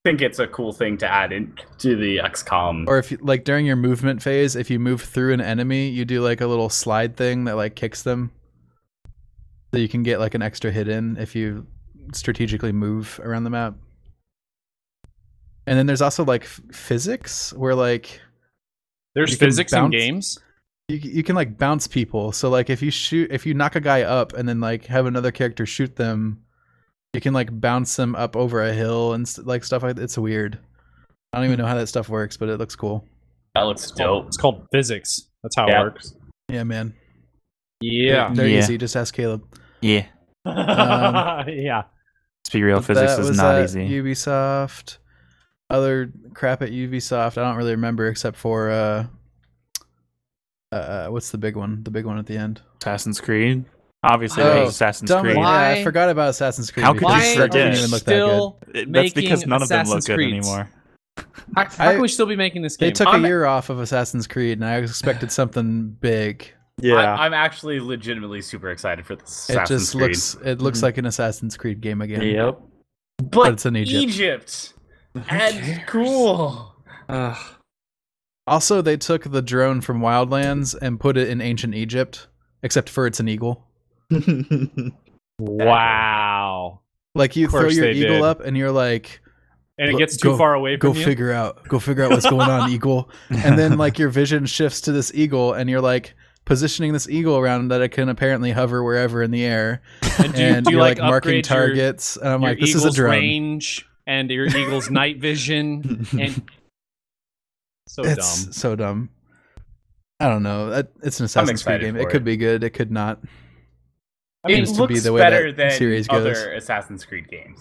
Speaker 5: think it's a cool thing to add in to the XCOM.
Speaker 6: Or if you, like during your movement phase, if you move through an enemy, you do like a little slide thing that like kicks them. So you can get like an extra hit in if you strategically move around the map. And then there's also like f- physics where like
Speaker 1: There's
Speaker 6: You can
Speaker 1: physics
Speaker 6: bounce.
Speaker 1: in games.
Speaker 6: you, you can like bounce people. So like if you shoot if you knock a guy up and then like have another character shoot them, you can like bounce them up over a hill and st- like stuff like it's weird. I don't even know how that stuff works, but it looks cool.
Speaker 5: that looks dope.
Speaker 1: It's called physics. That's how
Speaker 5: Yeah.
Speaker 1: it works.
Speaker 6: Yeah, man.
Speaker 1: Yeah.
Speaker 6: They're
Speaker 3: Yeah.
Speaker 6: easy. Just ask Caleb.
Speaker 3: Yeah.
Speaker 6: Um,
Speaker 1: yeah.
Speaker 3: Let's be real.
Speaker 6: But
Speaker 3: Physics
Speaker 6: that
Speaker 3: is
Speaker 6: was
Speaker 3: not
Speaker 6: at
Speaker 3: easy.
Speaker 6: Ubisoft. Other crap at Ubisoft. I don't really remember except for uh, uh, what's the big one? The big one at the end.
Speaker 3: Assassin's Creed. Obviously,
Speaker 6: Oh,
Speaker 3: it was Assassin's
Speaker 6: Dumb-
Speaker 3: Creed.
Speaker 6: yeah,
Speaker 1: Why-
Speaker 6: I forgot about Assassin's Creed.
Speaker 3: How could
Speaker 6: because
Speaker 3: you
Speaker 6: it
Speaker 1: Why
Speaker 3: forget?
Speaker 6: didn't
Speaker 1: are we
Speaker 6: even look that good.
Speaker 1: still?
Speaker 3: It- That's because
Speaker 1: making
Speaker 3: none of them look
Speaker 1: Assassin's
Speaker 3: good
Speaker 1: Creeds?
Speaker 3: anymore.
Speaker 1: How, how
Speaker 6: I-
Speaker 1: can we still be making this
Speaker 6: They
Speaker 1: game?
Speaker 6: took
Speaker 5: I'm-
Speaker 6: a year off of Assassin's Creed, and I expected something big.
Speaker 3: Yeah,
Speaker 5: I, am actually legitimately super excited for this.
Speaker 6: It
Speaker 5: Assassin's
Speaker 6: just
Speaker 5: Creed.
Speaker 6: looks it looks
Speaker 1: Mm-hmm.
Speaker 6: like an Assassin's Creed game again.
Speaker 3: yep.
Speaker 5: but,
Speaker 6: it's in Egypt.
Speaker 5: Egypt. And cool.
Speaker 1: Ugh.
Speaker 6: Also, they took the drone from Wildlands and put it in ancient Egypt, except for it's an eagle.
Speaker 1: wow.
Speaker 6: Like you
Speaker 1: Of
Speaker 6: throw
Speaker 1: course
Speaker 6: your
Speaker 1: they
Speaker 6: eagle
Speaker 1: did.
Speaker 6: up, and you're like,
Speaker 1: And it
Speaker 6: Go-
Speaker 1: gets too
Speaker 6: go-
Speaker 1: far away
Speaker 6: "Go
Speaker 1: from you.
Speaker 6: figure out, go figure out what's going on, eagle." And then like your vision shifts to this eagle, and you're like positioning this eagle around that it can apparently hover wherever in the air,
Speaker 1: And do, you-
Speaker 6: and
Speaker 1: do you
Speaker 6: you're like,
Speaker 1: like,
Speaker 6: marking
Speaker 1: upgrade your-
Speaker 6: targets. and I'm
Speaker 1: your
Speaker 6: like, "This is
Speaker 1: eagle's
Speaker 6: a drone."
Speaker 1: range and your eagle's night vision and so
Speaker 6: it's
Speaker 1: dumb.
Speaker 6: so dumb. I don't know. That- It's an Assassin's Creed
Speaker 5: excited
Speaker 6: game.
Speaker 5: for
Speaker 6: It could
Speaker 5: it.
Speaker 6: be good. It could not.
Speaker 5: I mean,
Speaker 6: Seems
Speaker 5: it
Speaker 6: to be
Speaker 5: looks
Speaker 6: the way
Speaker 5: better
Speaker 6: that
Speaker 5: than
Speaker 6: series goes.
Speaker 5: other Assassin's Creed games.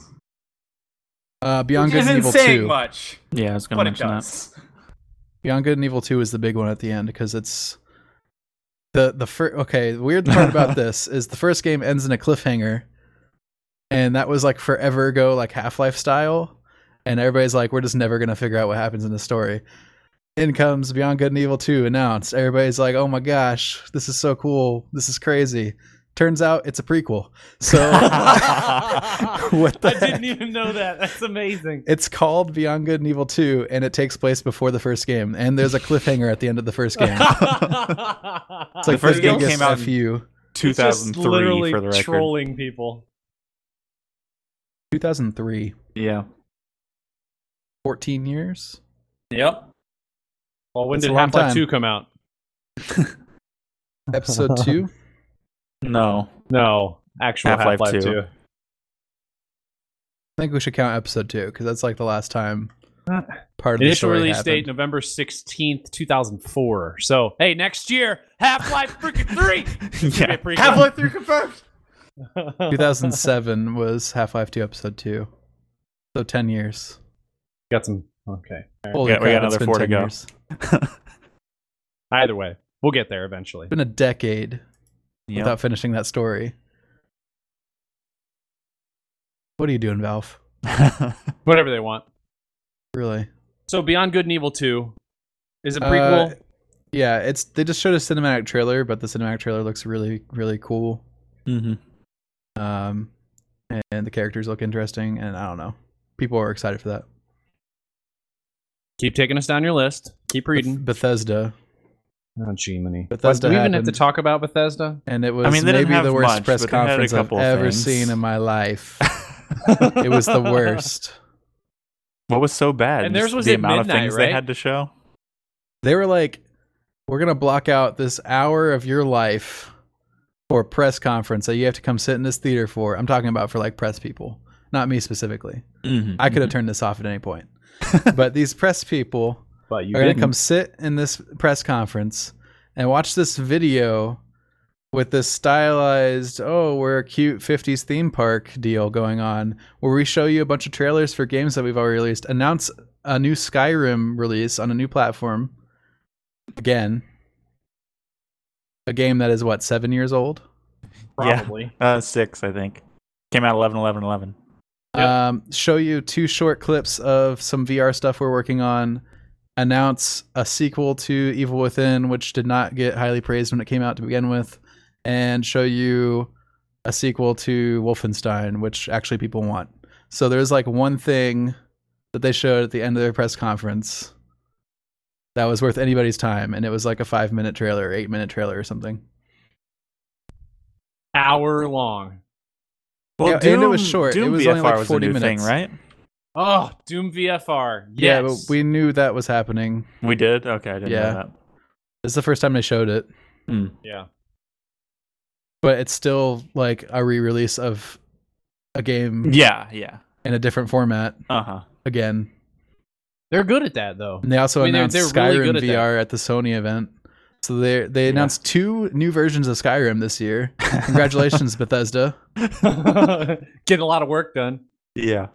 Speaker 6: Uh, Beyond
Speaker 5: Which
Speaker 6: Good
Speaker 5: isn't
Speaker 6: and Evil
Speaker 5: saying
Speaker 6: Two.
Speaker 5: much,
Speaker 3: Yeah, I was gonna
Speaker 5: but it
Speaker 3: mention that.
Speaker 5: does.
Speaker 6: Beyond Good and Evil Two is the big one at the end because it's the the first. Okay, the weird part about this is the first game ends in a cliffhanger, and that was like forever ago, like Half Life style, and everybody's like, we're just never gonna figure out what happens in the story. In comes Beyond Good and Evil Two announced. Everybody's like, oh my gosh, this is so cool. This is crazy. Turns out it's a prequel. So what the
Speaker 1: I
Speaker 6: heck?
Speaker 1: didn't even know that. That's amazing.
Speaker 6: It's called Beyond Good and Evil 2, and it takes place before the first game. And there's a cliffhanger at the end of the first game. It's
Speaker 1: it's
Speaker 6: like
Speaker 3: The first
Speaker 6: the
Speaker 3: game
Speaker 6: biggest
Speaker 3: came out in-
Speaker 6: F you.
Speaker 1: just
Speaker 3: 2003
Speaker 1: literally
Speaker 3: for the record.
Speaker 1: trolling people.
Speaker 6: 2003.
Speaker 3: Yeah.
Speaker 6: 14 years?
Speaker 3: Yep.
Speaker 1: Well, when
Speaker 6: It's a
Speaker 1: did
Speaker 6: long
Speaker 1: Half-Life
Speaker 6: time.
Speaker 1: 2 come out?
Speaker 6: Episode 2?
Speaker 3: No.
Speaker 1: No, actual Half-Life,
Speaker 3: Half-Life
Speaker 1: 2.
Speaker 3: 2.
Speaker 6: I think we should count episode 2, because that's like the last time
Speaker 3: Uh,
Speaker 6: part of the
Speaker 1: Initial
Speaker 6: story
Speaker 1: release date
Speaker 6: happened.
Speaker 1: November 16th, 2004. So, hey, next year, Half-Life freaking 3.
Speaker 3: yeah.
Speaker 5: Half-Life 3 confirmed.
Speaker 6: 2007 was Half-Life 2 episode 2. So 10 years.
Speaker 1: Got some. Okay.
Speaker 6: Holy
Speaker 3: Yeah, we got
Speaker 6: crap, it's
Speaker 3: another
Speaker 6: been
Speaker 3: four to
Speaker 6: 10
Speaker 3: go.
Speaker 6: years.
Speaker 1: Either way, we'll get there eventually.
Speaker 6: It's been a decade
Speaker 3: Yep.
Speaker 6: without finishing that story. What are you doing, Valve?
Speaker 1: Whatever they want.
Speaker 6: Really?
Speaker 1: So, Beyond Good and Evil 2 is a prequel.
Speaker 6: Uh, yeah, it's they just showed a cinematic trailer, but the cinematic trailer looks really really cool.
Speaker 1: Mm-hmm.
Speaker 3: Mhm.
Speaker 6: Um, and the characters look interesting, and I don't know, people are excited for that.
Speaker 1: Keep taking us down your list. Keep reading.
Speaker 6: Bethesda,
Speaker 1: Oh, gee, many.
Speaker 6: Bethesda
Speaker 1: Do we even have to
Speaker 6: happened.
Speaker 1: talk about Bethesda?
Speaker 6: and it was
Speaker 3: I mean, they didn't
Speaker 6: maybe the
Speaker 3: have
Speaker 6: worst
Speaker 3: much,
Speaker 6: press
Speaker 3: but they had a
Speaker 6: conference I've
Speaker 3: couple of
Speaker 6: ever
Speaker 3: things.
Speaker 6: seen in my life. it was the worst.
Speaker 3: what was so bad?
Speaker 1: And theirs
Speaker 3: Just
Speaker 1: was
Speaker 3: the
Speaker 1: at
Speaker 3: amount
Speaker 1: midnight,
Speaker 3: of things
Speaker 1: right?
Speaker 3: they had to show.
Speaker 6: They were like, "We're gonna block out this hour of your life for a press conference that you have to come sit in this theater for." I'm talking about for like press people, not me specifically.
Speaker 1: Mm-hmm.
Speaker 6: I could have turned this off at any point. but these press people
Speaker 1: But you
Speaker 6: are going to come sit in this press conference and watch this video with this stylized, oh, we're a cute 50s theme park deal going on, where we show you a bunch of trailers for games that we've already released, announce a new Skyrim release on a new platform. Again, a game that is what, seven years old?
Speaker 3: Yeah.
Speaker 1: probably.
Speaker 3: Uh, six, I think. Came out 11, 11, 11.
Speaker 1: Yep.
Speaker 6: Um, show you two short clips of some VR stuff we're working on. Announce a sequel to Evil Within, which did not get highly praised when it came out to begin with, and show you a sequel to Wolfenstein, which actually people want. So there's like one thing that they showed at the end of their press conference that was worth anybody's time, and it was like a five minute trailer, eight minute trailer, or something.
Speaker 1: Hour long.
Speaker 3: Well,
Speaker 6: Yeah, and it was short. It
Speaker 3: Doom
Speaker 6: was
Speaker 3: VFR
Speaker 6: only like
Speaker 3: was
Speaker 6: 40
Speaker 3: a new
Speaker 6: minutes.
Speaker 3: thing, right?
Speaker 1: Oh, Doom VFR. Yes.
Speaker 6: Yeah, but we knew that was happening.
Speaker 3: We did. Okay, I didn't
Speaker 6: Yeah.
Speaker 3: know
Speaker 6: This is the first time they showed it.
Speaker 1: Yeah.
Speaker 6: but it's still like a re-release of a game
Speaker 3: that. Yeah, yeah.
Speaker 6: in a different format
Speaker 3: Uh huh.
Speaker 6: again.
Speaker 1: They're good at that, though.
Speaker 6: And they also
Speaker 1: I mean, they're-
Speaker 6: announced
Speaker 1: they're really
Speaker 6: Skyrim
Speaker 1: good at that.
Speaker 6: VR at the Sony event. So they they
Speaker 3: Yeah.
Speaker 6: announced two new versions of Skyrim this year. Congratulations, Bethesda.
Speaker 1: Getting a lot of work done.
Speaker 3: Yeah.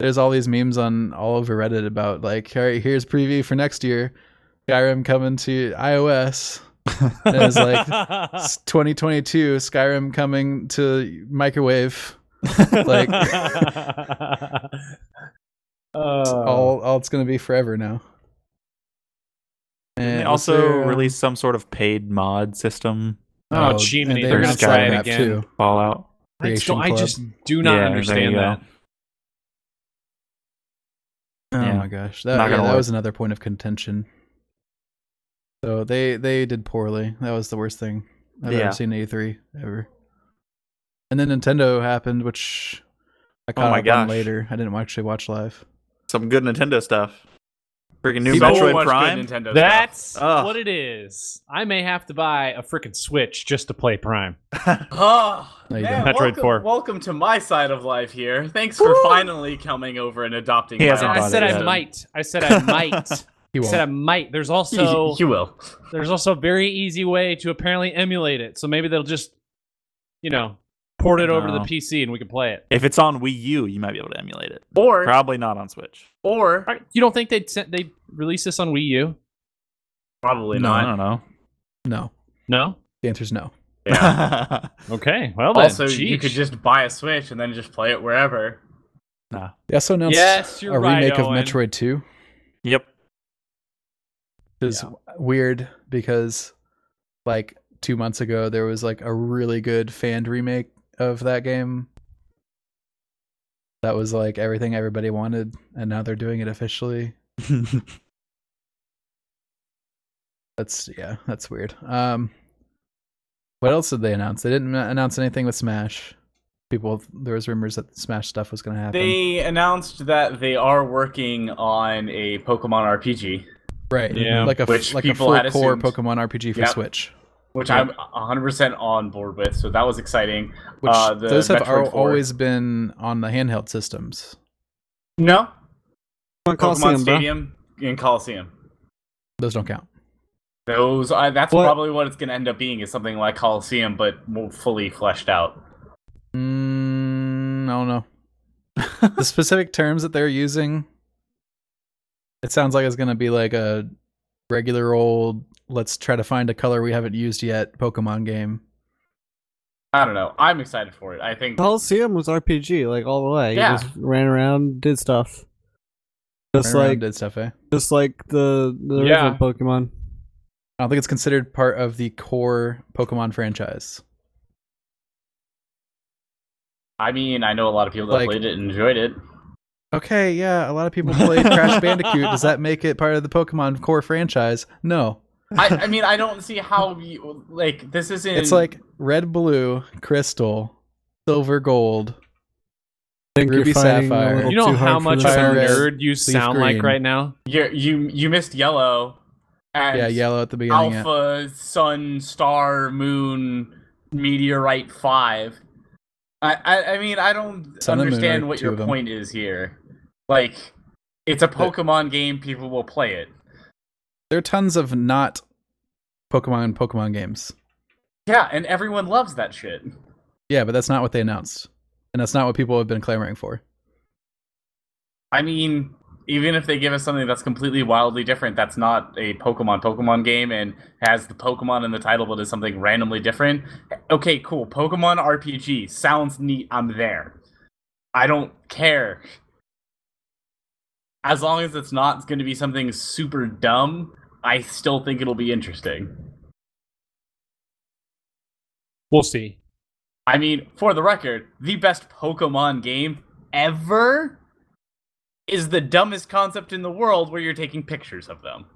Speaker 6: There's all these memes on all over Reddit about like, all right, here's preview for next year. Skyrim coming to iOS. And it's like
Speaker 1: Ah.
Speaker 6: "It's 2022 Skyrim coming to microwave. like-
Speaker 1: Uh,
Speaker 6: It's
Speaker 1: Oh.
Speaker 6: all all it's gonna be forever now.
Speaker 3: They
Speaker 6: was
Speaker 3: also
Speaker 6: there, uh,
Speaker 3: released some sort of paid mod system.
Speaker 1: Oh,
Speaker 6: and
Speaker 1: Jiminy,
Speaker 6: they
Speaker 3: they're
Speaker 6: announced
Speaker 3: gonna try it
Speaker 6: Skyrim app
Speaker 1: again.
Speaker 3: Fallout.
Speaker 1: I just, don't- I
Speaker 6: Creation Club.
Speaker 1: just do not
Speaker 3: Yeah, there you
Speaker 1: understand
Speaker 3: go.
Speaker 1: that.
Speaker 6: Oh
Speaker 3: Yeah.
Speaker 6: my gosh, that,
Speaker 3: Not
Speaker 6: yeah,
Speaker 3: gonna
Speaker 6: that
Speaker 3: work.
Speaker 6: was another point of contention. So they they did poorly. That was the worst thing I've
Speaker 3: Yeah.
Speaker 6: ever seen at E3 ever. And then Nintendo happened, which I caught
Speaker 3: my
Speaker 6: up on
Speaker 3: gosh.
Speaker 6: later. I didn't actually watch live.
Speaker 3: Some good Nintendo stuff. Freaking new
Speaker 5: So
Speaker 3: Metroid
Speaker 5: much good
Speaker 3: Prime.
Speaker 5: Nintendo stuff.
Speaker 1: That's
Speaker 3: Ugh.
Speaker 1: what it is. I may have to buy a freaking Switch just to play Prime.
Speaker 5: Oh,
Speaker 6: No, you
Speaker 5: man,
Speaker 1: don't. Metroid
Speaker 5: welcome,
Speaker 1: 4.
Speaker 5: Welcome to my side of life here. Thanks for finally coming over and adopting.
Speaker 3: He
Speaker 5: my
Speaker 3: hasn't
Speaker 5: own
Speaker 1: I
Speaker 3: bought
Speaker 1: said
Speaker 3: it
Speaker 1: I
Speaker 3: yet.
Speaker 1: might. I said I might.
Speaker 6: He
Speaker 1: I said I
Speaker 6: won't.
Speaker 1: might. There's
Speaker 5: You-
Speaker 1: also
Speaker 5: you will.
Speaker 1: there's also a very easy way to apparently emulate it. So maybe they'll just you know port it over to the
Speaker 3: No.
Speaker 1: PC and we can play it.
Speaker 3: If it's on Wii U, you might be able to emulate it.
Speaker 5: Or
Speaker 3: Probably not on Switch.
Speaker 5: or
Speaker 1: All right, You don't think they'd sent, they'd release this on Wii U?
Speaker 5: probably
Speaker 6: No,
Speaker 3: I
Speaker 5: not.
Speaker 3: don't know.
Speaker 6: No,
Speaker 1: No.
Speaker 6: the answer's no.
Speaker 5: Yeah.
Speaker 1: Okay. Well, then,
Speaker 5: also, you
Speaker 1: Oh, jeez.
Speaker 5: could just buy a Switch and then just play it wherever.
Speaker 6: They also announced
Speaker 1: yes, you're
Speaker 6: a
Speaker 1: right.
Speaker 6: remake
Speaker 1: Owen.
Speaker 6: of Metroid 2,
Speaker 3: yep.
Speaker 6: which is weird because like two months ago there was like a really good fanned remake of that game. That was like everything everybody wanted, and now they're doing it officially. That's yeah, that's weird. Um, what else did they announce? They didn't announce anything with Smash. People, there was rumors that Smash stuff was going to happen.
Speaker 5: They announced that they are working on a Pokemon RPG,
Speaker 6: right,
Speaker 1: Yeah.
Speaker 6: like a
Speaker 5: Which
Speaker 6: like a
Speaker 5: people
Speaker 6: full
Speaker 5: had
Speaker 6: core
Speaker 5: assumed.
Speaker 6: Pokemon RPG for
Speaker 5: Yep.
Speaker 6: Switch.
Speaker 5: which I'm 100% on board with. So that was exciting.
Speaker 6: Which
Speaker 5: Uh, the
Speaker 6: those have
Speaker 5: Metroid
Speaker 6: al-
Speaker 5: four.
Speaker 6: always been on the handheld systems.
Speaker 5: No,
Speaker 4: Pokemon
Speaker 5: Pokemon
Speaker 4: Coliseum, bro.
Speaker 5: Stadium and Coliseum.
Speaker 6: Those don't count.
Speaker 5: Those are, that's
Speaker 4: What-
Speaker 5: probably what it's going to end up being is something like Coliseum, but more fully fleshed out.
Speaker 6: Mm, I don't know. the specific terms that they're using, it sounds like it's going to be like a regular old. Let's try to find a color we haven't used yet. Pokemon game.
Speaker 5: I don't know. I'm excited for it. I think
Speaker 4: Coliseum was RPG like all the way.
Speaker 5: Yeah.
Speaker 4: You just ran around, did stuff. Just
Speaker 6: Turnaround
Speaker 4: like
Speaker 6: did stuff, eh?
Speaker 4: just like the
Speaker 1: Yeah.
Speaker 4: the original Pokemon.
Speaker 6: I don't think it's considered part of the core Pokemon franchise.
Speaker 5: I mean, I know a lot of people that
Speaker 6: Like-
Speaker 5: played it and enjoyed it.
Speaker 6: Okay, yeah, a lot of people played Crash Bandicoot. Does that make it part of the Pokemon core franchise? No.
Speaker 5: I, I mean, I don't see how you like this isn't.
Speaker 6: It's like red, blue, crystal, silver, gold.
Speaker 4: Think
Speaker 6: Ruby
Speaker 4: you're fighting
Speaker 6: Sapphire.
Speaker 4: A little
Speaker 1: You know
Speaker 4: too
Speaker 1: how
Speaker 4: hard for
Speaker 1: much
Speaker 4: the
Speaker 1: of a
Speaker 6: Fire
Speaker 4: fans.
Speaker 6: Red,
Speaker 1: nerd you sound like
Speaker 6: Green.
Speaker 1: right now.
Speaker 5: you you you missed yellow. And
Speaker 6: Yeah, yellow at the beginning. yeah.
Speaker 5: Alpha Sun Star Moon Meteorite Five. I I, I mean, I don't
Speaker 6: Sun and Moon
Speaker 5: understand
Speaker 6: are
Speaker 5: what
Speaker 6: two
Speaker 5: your
Speaker 6: of 'em.
Speaker 5: point is here. Like, it's a Pokemon game. People will play it.
Speaker 6: There are tons of not Pokemon Pokemon games.
Speaker 5: Yeah, and everyone loves that shit.
Speaker 6: Yeah, but that's not what they announced. And that's not what people have been clamoring for.
Speaker 5: I mean, even if they give us something that's completely wildly different, that's not a Pokemon Pokemon game and has the Pokemon in the title, but is something randomly different. Okay, cool. Pokemon RPG sounds neat. I'm there. I don't care. As long as it's not going to be something super dumb, I still think it'll be interesting.
Speaker 1: We'll see.
Speaker 5: I mean, for the record, the best Pokemon game ever is the dumbest concept in the world where you're taking pictures of them.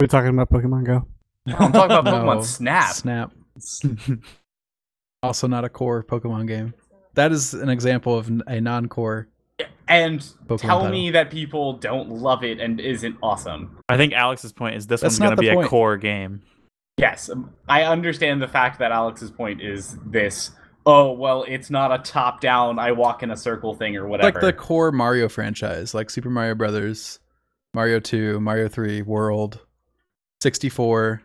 Speaker 4: We're talking about Pokemon Go.
Speaker 5: I'm talking about Pokemon
Speaker 6: No.
Speaker 5: Snap.
Speaker 6: Snap. Also not a core Pokemon game. That is an example of n- a non-core.
Speaker 5: And
Speaker 6: Pokemon
Speaker 5: tell
Speaker 6: title.
Speaker 5: me that people don't love it and isn't awesome.
Speaker 3: I think Alex's point is this
Speaker 6: That's
Speaker 3: one's going
Speaker 6: not
Speaker 3: to be
Speaker 6: the
Speaker 3: a
Speaker 6: point.
Speaker 3: core game.
Speaker 5: Yes, um, I understand the fact that Alex's point is this. Oh well, it's not a top-down. I walk in a circle thing or whatever.
Speaker 6: Like the core Mario franchise, like Super Mario Brothers, Mario 2, Mario 3, World, 64,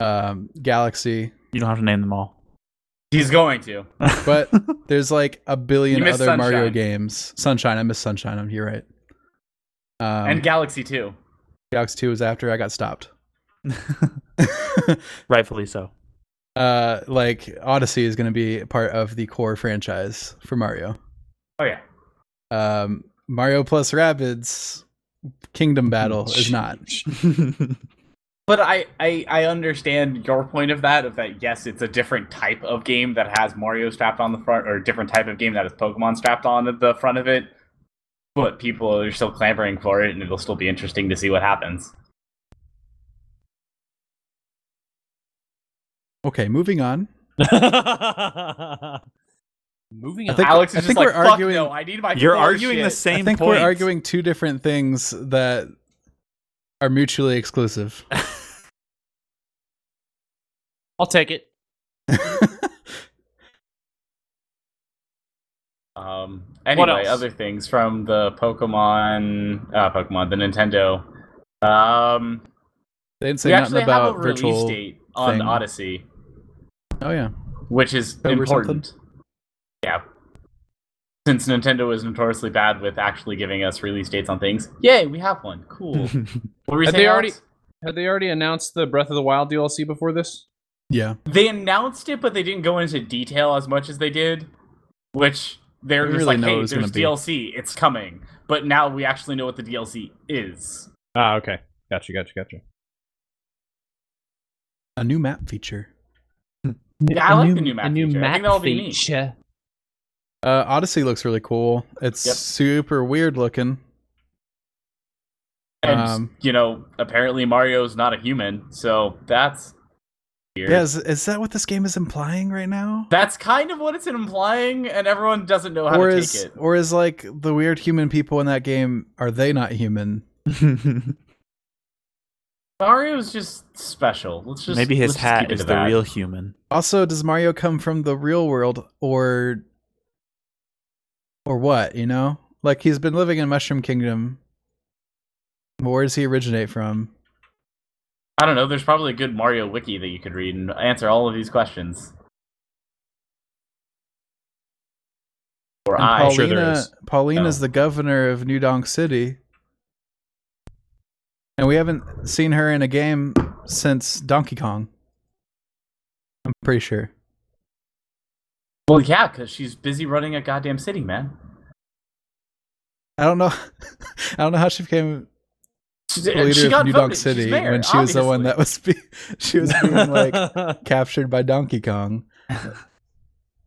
Speaker 6: um, Galaxy.
Speaker 3: You don't have to name them all.
Speaker 5: He's going to.
Speaker 6: But there's like a billion
Speaker 5: You
Speaker 6: other
Speaker 5: missed
Speaker 6: Mario
Speaker 5: Sunshine.
Speaker 6: games. Sunshine, I miss Sunshine. I'm You're right. Um,
Speaker 5: and Galaxy 2.
Speaker 6: Galaxy 2 was after I got stopped.
Speaker 3: Rightfully so.
Speaker 6: uh, like Odyssey is going to be part of the core franchise for Mario.
Speaker 5: Oh yeah.
Speaker 6: Um, Mario plus Rabbids Kingdom Battle is not.
Speaker 5: But I, I I understand your point of that of that yes it's a different type of game that has Mario strapped on the front or a different type of game that has Pokemon strapped on at the front of it. But people are still clamoring for it and it'll still be interesting to see what happens.
Speaker 6: Okay, moving on.
Speaker 1: Moving
Speaker 6: I
Speaker 1: on.
Speaker 6: think-
Speaker 5: Alex is
Speaker 6: I
Speaker 5: just
Speaker 6: think
Speaker 5: like
Speaker 6: we're
Speaker 5: fuck
Speaker 6: arguing-
Speaker 5: no, I need my
Speaker 3: You're
Speaker 5: core
Speaker 3: arguing the
Speaker 5: shit."
Speaker 3: same
Speaker 6: I think
Speaker 3: point.
Speaker 6: we're arguing two different things that are mutually exclusive.
Speaker 1: I'll take it.
Speaker 5: Um, anyway,
Speaker 1: else?
Speaker 5: other things from the Pokemon, uh, Pokemon, the Nintendo. Um,
Speaker 6: they didn't say
Speaker 5: we
Speaker 6: nothing
Speaker 5: actually have
Speaker 6: about
Speaker 5: a
Speaker 6: virtual.
Speaker 5: release date on
Speaker 6: thing.
Speaker 5: Odyssey,
Speaker 6: Oh yeah,
Speaker 5: which is
Speaker 6: October
Speaker 5: important. Yeah, since Nintendo is notoriously bad with actually giving us release dates on things. Yay, we have one. Cool. what were you
Speaker 1: Have
Speaker 5: saying,
Speaker 1: they
Speaker 5: Alex?
Speaker 1: Had they already announced the Breath of the Wild DLC before this?
Speaker 6: yeah.
Speaker 5: They announced it, but they didn't go into detail as much as they did, which they're
Speaker 6: We
Speaker 5: just
Speaker 6: really
Speaker 5: like,
Speaker 6: know it
Speaker 5: "Hey,
Speaker 6: was gonna
Speaker 5: there's
Speaker 6: be.
Speaker 5: DLC. It's coming." But now we actually know what the DLC is.
Speaker 1: Ah, okay. Gotcha, gotcha, gotcha.
Speaker 6: A new map feature.
Speaker 5: Yeah, I like the new map feature. I think that'll be neat.
Speaker 6: Uh, Odyssey looks really cool. It's
Speaker 5: Yep.
Speaker 6: super weird looking.
Speaker 5: And
Speaker 6: Um,
Speaker 5: you know, apparently Mario's not a human, so that's weird.
Speaker 6: Yeah, is, is that what this game is implying right now?
Speaker 5: That's kind of what it's implying, and everyone doesn't know how
Speaker 6: or
Speaker 5: to
Speaker 6: is
Speaker 5: take it.
Speaker 6: or is like the weird human people in that game? Are they not human?
Speaker 5: Mario's just special. Let's just
Speaker 3: Maybe his
Speaker 5: let's just keep
Speaker 3: hat
Speaker 5: it to
Speaker 3: is the
Speaker 5: that.
Speaker 3: real human.
Speaker 6: Also, does Mario come from the real world or or what? You know, like he's been living in Mushroom Kingdom. Where does he originate from?
Speaker 5: I don't know. There's probably a good Mario wiki that you could read and answer all of these questions. Or
Speaker 6: And
Speaker 5: I.
Speaker 1: Paul- sure there
Speaker 6: Paulina,
Speaker 1: is.
Speaker 6: Paulina's
Speaker 5: No.
Speaker 6: the governor of New Donk City. And we haven't seen her in a game since Donkey Kong. I'm pretty sure.
Speaker 5: Well, yeah, because she's busy running a goddamn city, man.
Speaker 6: I don't know. I don't know how she became
Speaker 5: She,
Speaker 6: the leader
Speaker 5: she
Speaker 6: of
Speaker 5: got
Speaker 6: New
Speaker 5: voted.
Speaker 6: Donk
Speaker 5: She's
Speaker 6: City
Speaker 5: mayor,
Speaker 6: when she was the one that
Speaker 5: obviously.
Speaker 6: was be- she was being like captured by Donkey Kong.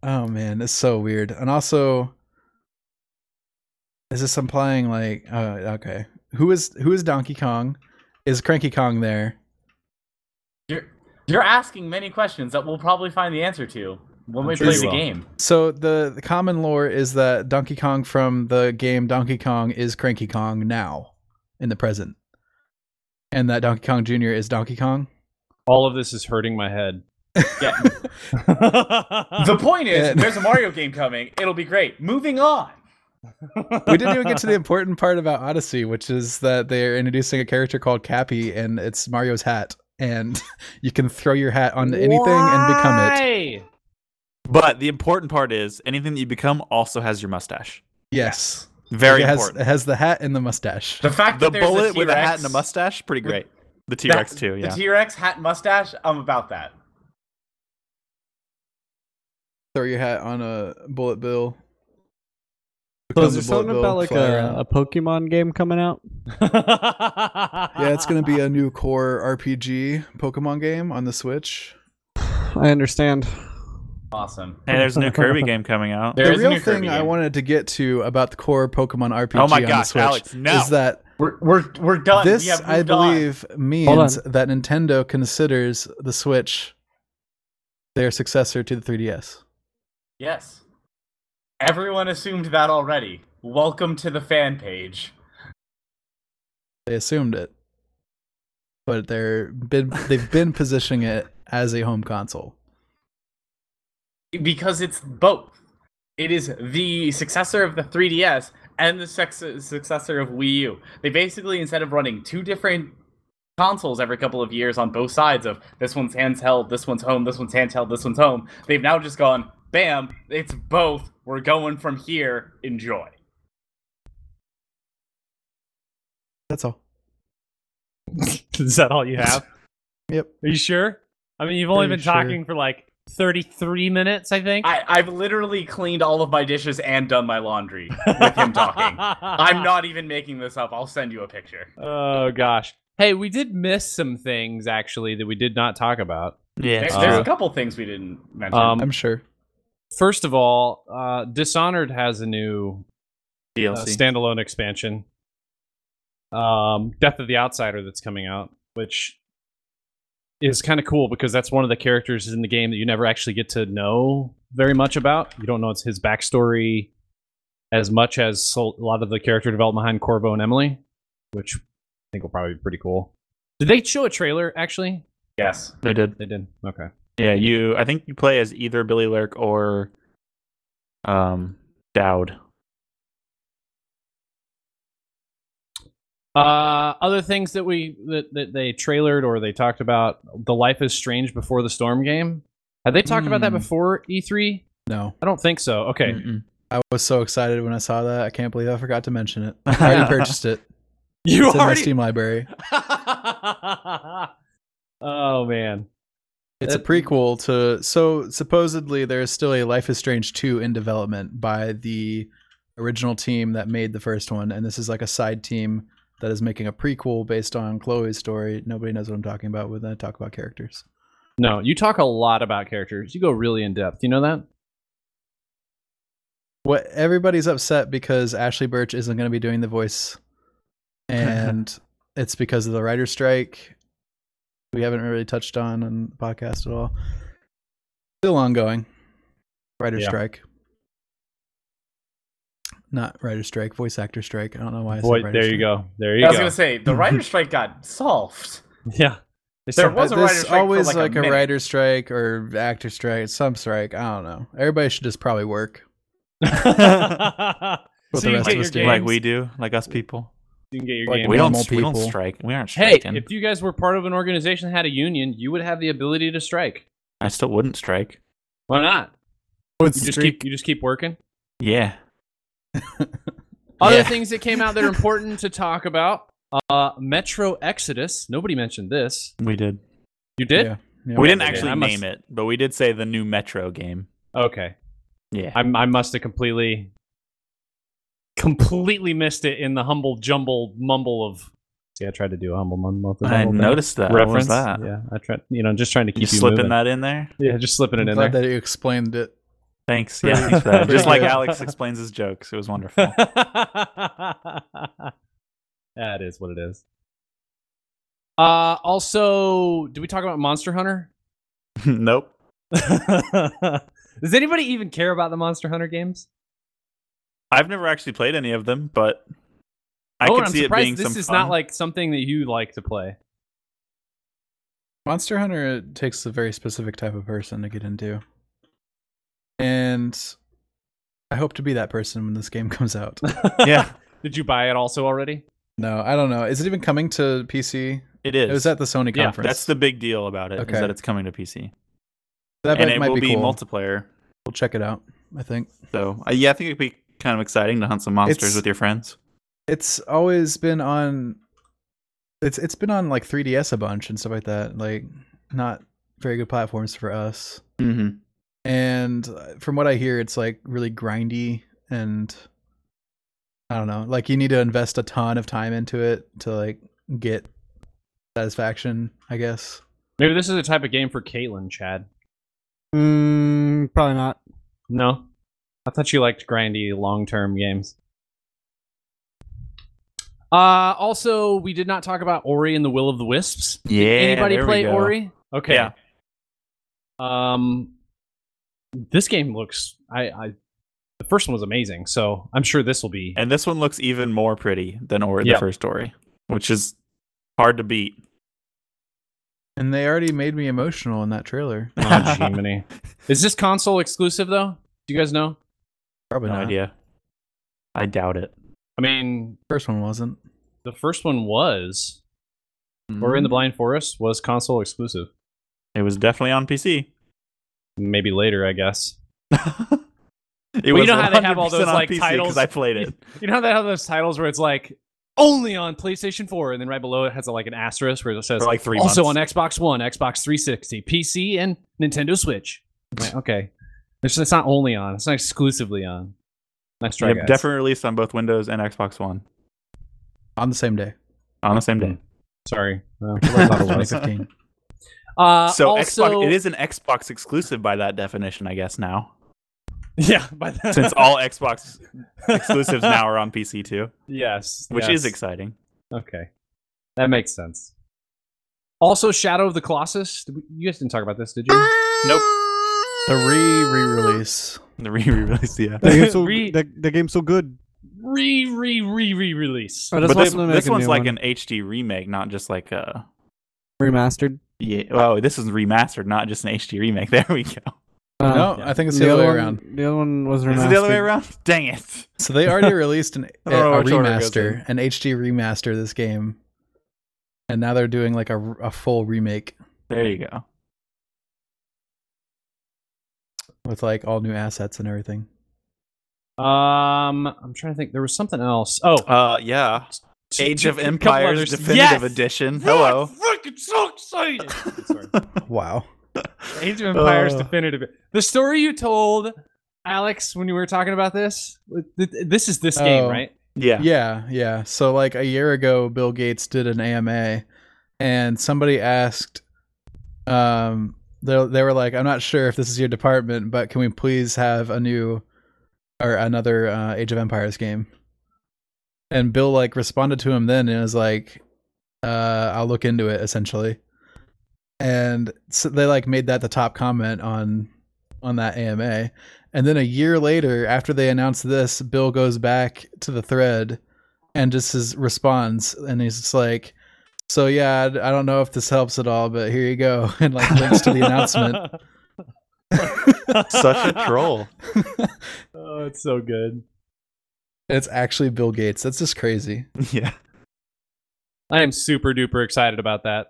Speaker 6: oh man, it's so weird. And also, is this implying like uh, okay, who is who is Donkey Kong? Is Cranky Kong there?
Speaker 5: You're, you're asking many questions that we'll probably find the answer to when we
Speaker 1: I'm sure
Speaker 5: play
Speaker 1: you
Speaker 5: the
Speaker 1: will.
Speaker 5: game.
Speaker 6: So the, the common lore is that Donkey Kong from the game Donkey Kong is Cranky Kong now in the present. And that Donkey Kong Jr. is Donkey Kong.
Speaker 1: All of this is hurting my head.
Speaker 5: Yeah. the point is,
Speaker 6: Yeah.
Speaker 5: there's a Mario game coming. It'll be great. Moving on.
Speaker 6: We didn't even get to the important part about Odyssey, which is that they're introducing a character called Cappy and it's Mario's hat. And you can throw your hat onto anything and become it.
Speaker 1: Why?
Speaker 3: But the important part is anything that you become also has your mustache.
Speaker 6: Yes.
Speaker 3: Very
Speaker 6: it has,
Speaker 3: important.
Speaker 6: It has the hat and the mustache.
Speaker 5: The fact
Speaker 3: the
Speaker 5: that there's
Speaker 3: bullet
Speaker 5: a
Speaker 3: with a hat
Speaker 5: T-Rex-
Speaker 3: and a mustache, pretty great. The T
Speaker 5: that-
Speaker 3: Rex too, yeah.
Speaker 5: The T-Rex hat mustache. I'm about that.
Speaker 6: Throw your hat on a bullet bill.
Speaker 4: So
Speaker 6: Become
Speaker 4: is there
Speaker 6: the
Speaker 4: something
Speaker 6: bullet
Speaker 4: about
Speaker 6: bill,
Speaker 4: like
Speaker 6: fly
Speaker 4: a,
Speaker 6: around.
Speaker 4: a Pokemon game coming out?
Speaker 6: yeah, it's gonna be a new core RPG Pokemon game on the Switch.
Speaker 4: I understand.
Speaker 5: Awesome.
Speaker 3: hey, there's a new Kirby game coming out.
Speaker 5: There
Speaker 6: the
Speaker 5: is a
Speaker 6: real
Speaker 5: new Kirby
Speaker 6: thing I
Speaker 5: game.
Speaker 6: wanted to get to about the core Pokemon RPG
Speaker 3: Oh my
Speaker 6: on the
Speaker 3: gosh,
Speaker 6: Switch
Speaker 3: Alex, no.
Speaker 6: is that
Speaker 5: We're we're, we're done. we
Speaker 6: this,
Speaker 5: have
Speaker 6: I
Speaker 5: moved on.
Speaker 6: believe,
Speaker 4: Hold
Speaker 6: means
Speaker 4: on.
Speaker 6: that Nintendo considers the Switch their successor to the 3DS.
Speaker 5: Yes. Everyone assumed that already. Welcome to the fan page.
Speaker 6: They assumed it, but they're been they've been positioning it as a home console.
Speaker 5: because it's both. It is the successor of the 3DS and the sex- successor of Wii U. They basically, instead of running two different consoles every couple of years on both sides of this one's handheld, this one's home, this one's handheld, this one's home, they've now just gone, bam, it's both. We're going from here. Enjoy.
Speaker 6: That's all.
Speaker 1: Is that all you have?
Speaker 6: Yep.
Speaker 1: Are you sure? I mean, you've only
Speaker 6: Pretty
Speaker 1: been
Speaker 6: sure.
Speaker 1: talking for like 33 minutes, I think.
Speaker 5: I, I've literally cleaned all of my dishes and done my laundry with him talking. I'm not even making this up. I'll send you a picture.
Speaker 1: Oh gosh. Hey, we did miss some things actually that we did not talk about.
Speaker 3: Yeah,
Speaker 5: There-
Speaker 3: it's
Speaker 1: Uh,
Speaker 5: There's
Speaker 3: true.
Speaker 5: a couple things we didn't mention.
Speaker 1: Um,
Speaker 6: I'm sure.
Speaker 1: First of all, uh, Dishonored has a new uh,
Speaker 3: DLC.
Speaker 1: standalone expansion, um, Death of the Outsider, that's coming out, which is kind of cool because that's one of the characters in the game that you never actually get to know very much about. You don't know it's his backstory as much as so- a lot of the character development behind Corvo and Emily, which I think will probably be pretty cool. Did they show a trailer? Actually,
Speaker 5: yes.
Speaker 3: they did.
Speaker 1: they did. Okay.
Speaker 3: Yeah, you. I think you play as either Billy Lurk or um Dowd.
Speaker 1: Uh, other things that we that, that they trailered or they talked about the Life is Strange before the storm game. Had they talked about that
Speaker 6: Hmm.
Speaker 1: before E3?
Speaker 6: No,
Speaker 1: I don't think so. Okay,
Speaker 3: Mm-mm.
Speaker 6: I was so excited when I saw that. I can't believe I forgot to mention it. I already purchased it.
Speaker 1: you
Speaker 6: It's in my Steam library.
Speaker 1: oh man,
Speaker 6: It's a
Speaker 1: That-
Speaker 6: prequel to. So supposedly there is still a Life is Strange two in development by the original team that made the first one, and this is like a side team that is making a prequel based on Chloe's story. Nobody knows what I'm talking about when I talk about characters.
Speaker 1: no, you talk a lot about characters. You go really in depth. You know that?
Speaker 6: What everybody's upset because Ashley Birch isn't going to be doing the voice, and it's because of the writer's strike. We haven't really touched on on the podcast at all. Still ongoing. Writer's
Speaker 1: Yeah.
Speaker 6: strike. Not writer's strike, voice actor strike. I don't know why I
Speaker 1: Boy,
Speaker 6: said
Speaker 1: there you go. There you
Speaker 5: I was
Speaker 1: go.
Speaker 5: going to say, the writer's strike got solved.
Speaker 1: yeah, They
Speaker 5: There
Speaker 1: said-
Speaker 5: was a writer's
Speaker 6: There's
Speaker 5: strike for
Speaker 6: always
Speaker 5: like a
Speaker 6: like, a,
Speaker 5: minute.
Speaker 6: writer's strike or actor strike, some strike. I don't know. Everybody should just probably work.
Speaker 1: so
Speaker 6: What the
Speaker 1: you,
Speaker 6: rest
Speaker 1: can
Speaker 6: of us
Speaker 1: get
Speaker 6: do.
Speaker 1: your
Speaker 3: Like
Speaker 1: games-
Speaker 3: we do, like us people.
Speaker 1: you can get your
Speaker 6: Like
Speaker 1: games.
Speaker 3: We don't.
Speaker 6: Normal
Speaker 3: We don't
Speaker 6: people.
Speaker 3: strike. We aren't
Speaker 1: Hey,
Speaker 3: striking.
Speaker 1: if you guys were part of an organization that had a union, you would have the ability to strike.
Speaker 3: I still wouldn't strike.
Speaker 1: Why not?
Speaker 4: Would
Speaker 1: You just
Speaker 4: streak-
Speaker 1: keep you just keep working.
Speaker 3: Yeah.
Speaker 1: Other
Speaker 3: Yeah.
Speaker 1: things that came out that are important to talk about: uh, Metro Exodus. Nobody mentioned this.
Speaker 3: We did.
Speaker 1: You did?
Speaker 6: Yeah. Yeah.
Speaker 3: We didn't
Speaker 1: did.
Speaker 3: actually
Speaker 1: I must-
Speaker 3: name it, but we did say the new Metro game.
Speaker 1: Okay,
Speaker 3: Yeah.
Speaker 1: I, I must have completely, completely missed it in the humble jumble mumble of. See, I tried to do a humble mumble. with the
Speaker 3: I
Speaker 1: humble bag
Speaker 3: noticed that. What
Speaker 1: reference.
Speaker 3: was that?
Speaker 1: Yeah, I tried. You know, just trying to keep
Speaker 3: You
Speaker 1: you,
Speaker 3: slipping
Speaker 1: moving.
Speaker 3: that in there?
Speaker 1: Yeah, just slipping
Speaker 6: I'm
Speaker 1: it in
Speaker 6: glad
Speaker 1: there.
Speaker 6: that you explained it.
Speaker 3: Thanks. Yeah, thanks for that.
Speaker 6: Pretty
Speaker 3: Just like
Speaker 6: good.
Speaker 3: Alex explains his jokes. It was wonderful.
Speaker 1: that is what it is. Uh, also, did we talk about Monster Hunter?
Speaker 3: nope.
Speaker 1: Does anybody even care about the Monster Hunter games?
Speaker 3: I've never actually played any of them, but I
Speaker 1: oh,
Speaker 3: could
Speaker 1: and I'm
Speaker 3: see it
Speaker 1: surprised
Speaker 3: being
Speaker 1: this
Speaker 3: some
Speaker 1: is
Speaker 3: fun.
Speaker 1: not like something that you like to play.
Speaker 6: Monster Hunter takes a very specific type of person to get into. And I hope to be that person when this game comes out.
Speaker 3: yeah,
Speaker 1: Did you buy it also already?
Speaker 6: no, I don't know. Is it even coming to PC?
Speaker 3: it is.
Speaker 6: It was at the Sony
Speaker 1: Yeah,
Speaker 6: conference.
Speaker 3: That's the big deal about it is
Speaker 6: Okay.
Speaker 3: that it's coming to PC,
Speaker 6: that
Speaker 3: and
Speaker 6: might-
Speaker 3: it
Speaker 6: might
Speaker 3: will
Speaker 6: be,
Speaker 3: be
Speaker 6: cool.
Speaker 3: multiplayer.
Speaker 6: we'll check it out, I think.
Speaker 3: So uh, yeah, I think it'd be kind of exciting to hunt some monsters
Speaker 6: It's-
Speaker 3: with your friends.
Speaker 6: It's always been on it's it's been on like 3DS a bunch and stuff like that. Like not very good platforms for us.
Speaker 3: Mm-hmm.
Speaker 6: and uh, from what I hear, it's like really grindy, and I don't know, like you need to invest a ton of time into it to like get satisfaction, I guess.
Speaker 1: Maybe this is a type of game for Caitlin, Chad.
Speaker 4: Mm, probably not.
Speaker 1: No, I thought you liked grindy long-term games. Uh, also, we did not talk about Ori and the Will of the Wisps.
Speaker 3: Yeah.
Speaker 1: Anybody
Speaker 3: there we
Speaker 1: play
Speaker 3: go.
Speaker 1: Ori? Okay.
Speaker 3: Yeah.
Speaker 1: Um, this game looks. I, I the first one was amazing, so I'm sure this will be.
Speaker 3: And this one looks even more pretty than Ori
Speaker 1: Yeah.
Speaker 3: the first Ori, which is hard to beat.
Speaker 6: And they already made me emotional in that trailer.
Speaker 1: Oh, Jiminy. Is this console exclusive though? Do you guys know?
Speaker 6: Probably
Speaker 3: no
Speaker 6: not.
Speaker 3: idea. I doubt it.
Speaker 1: I mean,
Speaker 6: First one wasn't.
Speaker 1: the first one was
Speaker 6: Mm-hmm.
Speaker 1: Ori and the Blind Forest was console exclusive.
Speaker 3: It was definitely on PC.
Speaker 1: Maybe later, I guess.
Speaker 3: It
Speaker 1: Well, you
Speaker 3: was
Speaker 1: know how they have all
Speaker 3: 100%
Speaker 1: those,
Speaker 3: on
Speaker 1: like,
Speaker 3: PC 'cause
Speaker 1: titles?
Speaker 3: I played it.
Speaker 1: You know how they have those titles where it's like only on PlayStation 4, and then right below it has a, like an asterisk where it says
Speaker 3: For like three
Speaker 1: also
Speaker 3: months.
Speaker 1: on Xbox One, Xbox 360, PC, and Nintendo Switch. I'm like, okay, it's, it's not only on; it's not exclusively on. Nice try,
Speaker 3: yeah,
Speaker 1: guys.
Speaker 3: definitely released on both Windows and Xbox One
Speaker 6: on the same day.
Speaker 3: on the same
Speaker 1: Mm-hmm.
Speaker 3: day.
Speaker 1: Sorry. Uh, I thought it was.
Speaker 6: 2015.
Speaker 1: Uh,
Speaker 3: so
Speaker 1: also,
Speaker 3: Xbox, it is an Xbox exclusive by that definition, I guess now,
Speaker 1: Yeah, by the-
Speaker 3: since all Xbox exclusives now are on PC too,
Speaker 1: yes,
Speaker 3: which
Speaker 1: yes.
Speaker 3: is exciting.
Speaker 1: Okay, that makes sense. Also, Shadow of the Colossus. Did we- You guys didn't talk about this, did you?
Speaker 6: Ah!
Speaker 3: Nope,
Speaker 6: The re re-release.
Speaker 3: the re-release, yeah.
Speaker 4: The game's so,
Speaker 1: Re-
Speaker 4: the, the game's so good.
Speaker 1: Re, re, re, re release.
Speaker 4: I just
Speaker 3: but
Speaker 4: want
Speaker 3: this,
Speaker 4: them to make
Speaker 3: this
Speaker 4: a
Speaker 3: one's
Speaker 4: new
Speaker 3: like an
Speaker 4: one.
Speaker 3: HD remake, not just like a
Speaker 4: remastered.
Speaker 3: yeah. Oh, this is remastered, not just an HD remake. There we go. Oh,
Speaker 4: Uh,
Speaker 6: no, I think it's the, other way
Speaker 4: one,
Speaker 6: around.
Speaker 4: The other one was remastered.
Speaker 3: Is it the other way around? Dang it!
Speaker 6: So they already released an,
Speaker 3: I
Speaker 6: a,
Speaker 3: don't know
Speaker 6: a
Speaker 3: Oh, which order it goes
Speaker 6: remaster, an HD remaster of this game, and now they're doing like a, a full remake
Speaker 3: There you go.
Speaker 6: with like all new assets and everything.
Speaker 1: Um, I'm trying to think. There was something else. Oh,
Speaker 3: Uh, yeah.
Speaker 1: t-
Speaker 3: Age
Speaker 1: t-
Speaker 3: of
Speaker 1: a couple
Speaker 3: Empires
Speaker 1: others.
Speaker 3: Definitive
Speaker 1: Yes!
Speaker 3: Edition.
Speaker 1: Yeah,
Speaker 3: Hello.
Speaker 1: I'm freaking so excited. Sorry.
Speaker 6: Wow.
Speaker 1: Age of Empires
Speaker 6: Oh.
Speaker 3: Uh.
Speaker 1: Definitive. E-, The story you told, Alex, when you were talking about this, th- th- this is this game,
Speaker 6: Oh.
Speaker 1: right?
Speaker 3: Yeah.
Speaker 6: Yeah, yeah. So like a year ago, Bill Gates did an AMA, and somebody asked, um, they they were like, "I'm not sure if this is your department, but can we please have a new or another uh, Age of Empires game?" And Bill like responded to him then and was like, uh, "I'll look into it," essentially. And so they like made that the top comment on on that AMA. And then a year later, after they announced this, Bill goes back to the thread and just is, responds, and he's just like, "So yeah, I, I don't know if this helps at all, but here you go," and like links to the announcement.
Speaker 3: Such a troll.
Speaker 1: Oh, it's so good.
Speaker 6: It's actually Bill Gates. That's just crazy.
Speaker 3: yeah.
Speaker 1: I am super duper excited about that.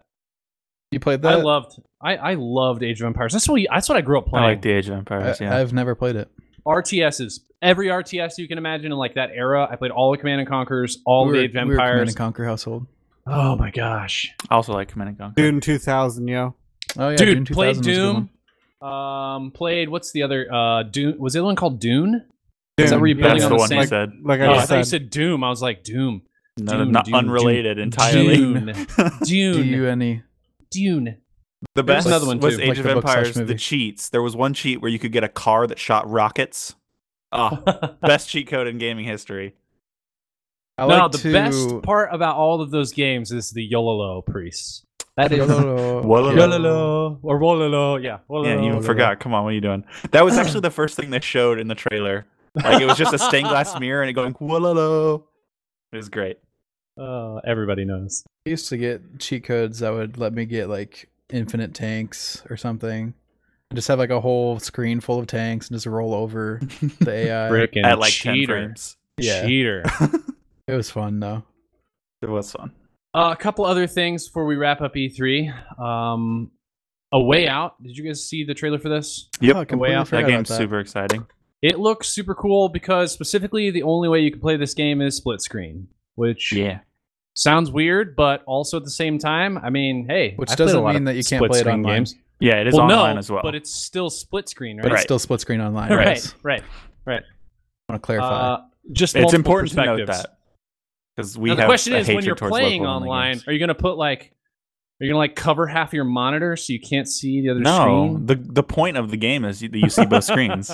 Speaker 6: You played that?
Speaker 1: I loved, I, I loved Age of Empires. That's what that's what I grew up
Speaker 3: I
Speaker 1: playing.
Speaker 3: like the Age of Empires. yeah.
Speaker 6: have never played it.
Speaker 1: RTSs. Every RTS you can imagine in like that era. I played all the Command and Conquers, all
Speaker 6: we
Speaker 1: the
Speaker 6: were,
Speaker 1: Age of
Speaker 6: we were Command
Speaker 1: Empires.
Speaker 6: and Conquer household.
Speaker 1: oh my gosh.
Speaker 3: I also like Command and Conquer.
Speaker 4: Dune 2000, yo.
Speaker 6: Oh yeah,
Speaker 1: Dude,
Speaker 6: Doom 2000
Speaker 1: played
Speaker 6: was a good
Speaker 1: Doom.
Speaker 6: one.
Speaker 1: Um, played what's the other uh Dune was the other one called Dune? Is that
Speaker 4: Dune,
Speaker 1: where you're
Speaker 4: yeah.
Speaker 1: building
Speaker 3: That's
Speaker 1: on
Speaker 3: the
Speaker 1: the
Speaker 3: one
Speaker 1: same-
Speaker 3: he said.
Speaker 4: Like
Speaker 1: oh,
Speaker 4: I
Speaker 1: I
Speaker 4: just
Speaker 1: thought you
Speaker 4: said,
Speaker 1: said Doom. I was like Doom.
Speaker 3: No,
Speaker 1: Dune,
Speaker 3: not
Speaker 1: Dune,
Speaker 3: unrelated
Speaker 1: Dune,
Speaker 3: entirely.
Speaker 1: Dune.
Speaker 6: Do you
Speaker 1: Dune.
Speaker 6: any?
Speaker 1: Dune.
Speaker 3: The
Speaker 1: There's
Speaker 3: best
Speaker 1: another one,
Speaker 3: was
Speaker 1: too.
Speaker 3: Age
Speaker 6: Like
Speaker 3: of
Speaker 6: the book slash
Speaker 3: Empires. The
Speaker 6: movie.
Speaker 3: cheats. There was one cheat where you could get a car that shot rockets. Ah, best cheat code in gaming history.
Speaker 6: I
Speaker 1: no,
Speaker 6: like
Speaker 1: the
Speaker 6: to-
Speaker 1: best part about all of those games is the Yololo priests. That is
Speaker 6: Yololo.
Speaker 1: uh,
Speaker 3: Wololo.
Speaker 1: Yololo or Wololo. Oh, Yeah.
Speaker 3: Yeah, you
Speaker 6: no, no.
Speaker 3: forgot. Come on, what are you doing? That was actually the first thing they showed in the trailer. Like it was just a stained glass mirror and it going "Wololo." It was great.
Speaker 1: Oh, everybody knows.
Speaker 6: I used to get cheat codes that would let me get like infinite tanks or something. And Just have like a whole screen full of tanks and just roll over the AI.
Speaker 1: Frickin'
Speaker 3: Uh, At like ten
Speaker 1: cheater.
Speaker 3: frames,
Speaker 6: Yeah.
Speaker 1: Cheater.
Speaker 6: It was fun though.
Speaker 3: it was fun.
Speaker 1: Uh, a couple other things before we wrap up E3. Um, a Way Out. Did you guys see the trailer for this?
Speaker 3: Yep.
Speaker 6: Oh, I completely
Speaker 1: Out.
Speaker 6: forgot
Speaker 3: That
Speaker 6: about
Speaker 3: game's super exciting.
Speaker 1: It looks super cool because specifically the only way you can play this game is split screen, which
Speaker 3: Yeah.
Speaker 1: sounds weird, but also at the same time, I mean, hey,
Speaker 6: Which
Speaker 1: I've played a
Speaker 6: doesn't
Speaker 1: lot
Speaker 6: mean
Speaker 1: of
Speaker 6: that you can't play it
Speaker 1: split-screen
Speaker 6: online.
Speaker 1: Games.
Speaker 3: Yeah, it is
Speaker 1: well,
Speaker 3: online
Speaker 1: no,
Speaker 3: as well.
Speaker 1: but it's still split screen,
Speaker 6: But
Speaker 1: right?
Speaker 6: it's
Speaker 3: Right.
Speaker 6: still split screen online.
Speaker 1: right,
Speaker 6: Right.
Speaker 1: right.
Speaker 6: I want to clarify.
Speaker 1: Uh, just
Speaker 3: It's
Speaker 1: multiple
Speaker 3: important to note
Speaker 1: perspectives.
Speaker 3: that because we
Speaker 1: now,
Speaker 3: have
Speaker 1: the question
Speaker 3: a
Speaker 1: is, when
Speaker 3: hatred
Speaker 1: you're
Speaker 3: towards
Speaker 1: playing
Speaker 3: local only
Speaker 1: online,
Speaker 3: games.
Speaker 1: are you going to put like, are you going to like cover half of your monitor so you can't see the other
Speaker 3: No,
Speaker 1: screen?
Speaker 3: the the point of the game is you- that you see both screens.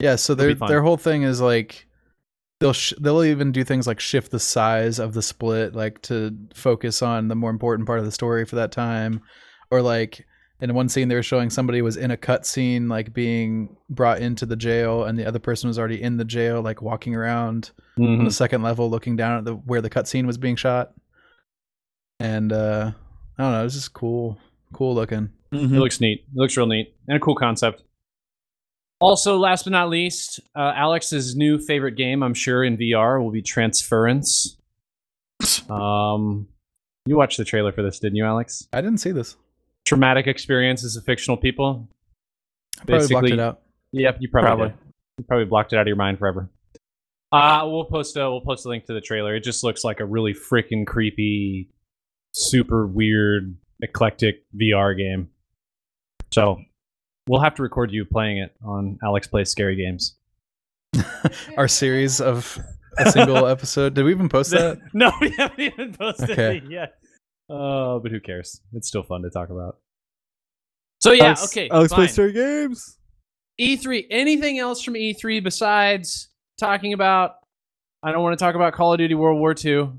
Speaker 6: yeah. So
Speaker 1: it'll
Speaker 6: their
Speaker 1: be fun.
Speaker 6: their whole thing is like they'll sh- they'll even do things like shift the size of the split, like to focus on the more important part of the story for that time, or like in one scene they were showing somebody was in a cutscene like being brought into the jail, and the other person was already in the jail, like walking around on
Speaker 3: Mm-hmm.
Speaker 1: Mhm.
Speaker 6: the second level, looking down at the where the cutscene was being shot. And uh I don't know, it's just cool, cool looking.
Speaker 1: It looks neat. It looks real neat and a cool concept. Also, last but not least, uh, Alex's new favorite game, I'm sure, in VR will be Transference. Um, you watched the trailer for this, didn't you, Alex?
Speaker 6: I didn't see this.
Speaker 1: Traumatic experiences of fictional people.
Speaker 6: I probably blocked
Speaker 1: Basically-
Speaker 6: it out.
Speaker 1: Yep, you probably
Speaker 3: Probably.
Speaker 1: did. you probably blocked it out of your mind forever. Uh, we'll post a we'll post a link to the trailer. It just looks like a really freaking creepy, super weird, eclectic VR game. So we'll have to record you playing it on Alex Plays Scary Games.
Speaker 6: Our series of a single episode. Did we even post that?
Speaker 1: no, we haven't even posted
Speaker 6: Okay.
Speaker 1: it yet. Uh, but who cares? It's still fun to talk about. So yeah,
Speaker 4: Alex,
Speaker 1: okay.
Speaker 4: Alex
Speaker 1: fine.
Speaker 4: plays story games.
Speaker 1: E3. E Anything else from E3 besides talking about? I don't want to talk about Call of Duty World War II.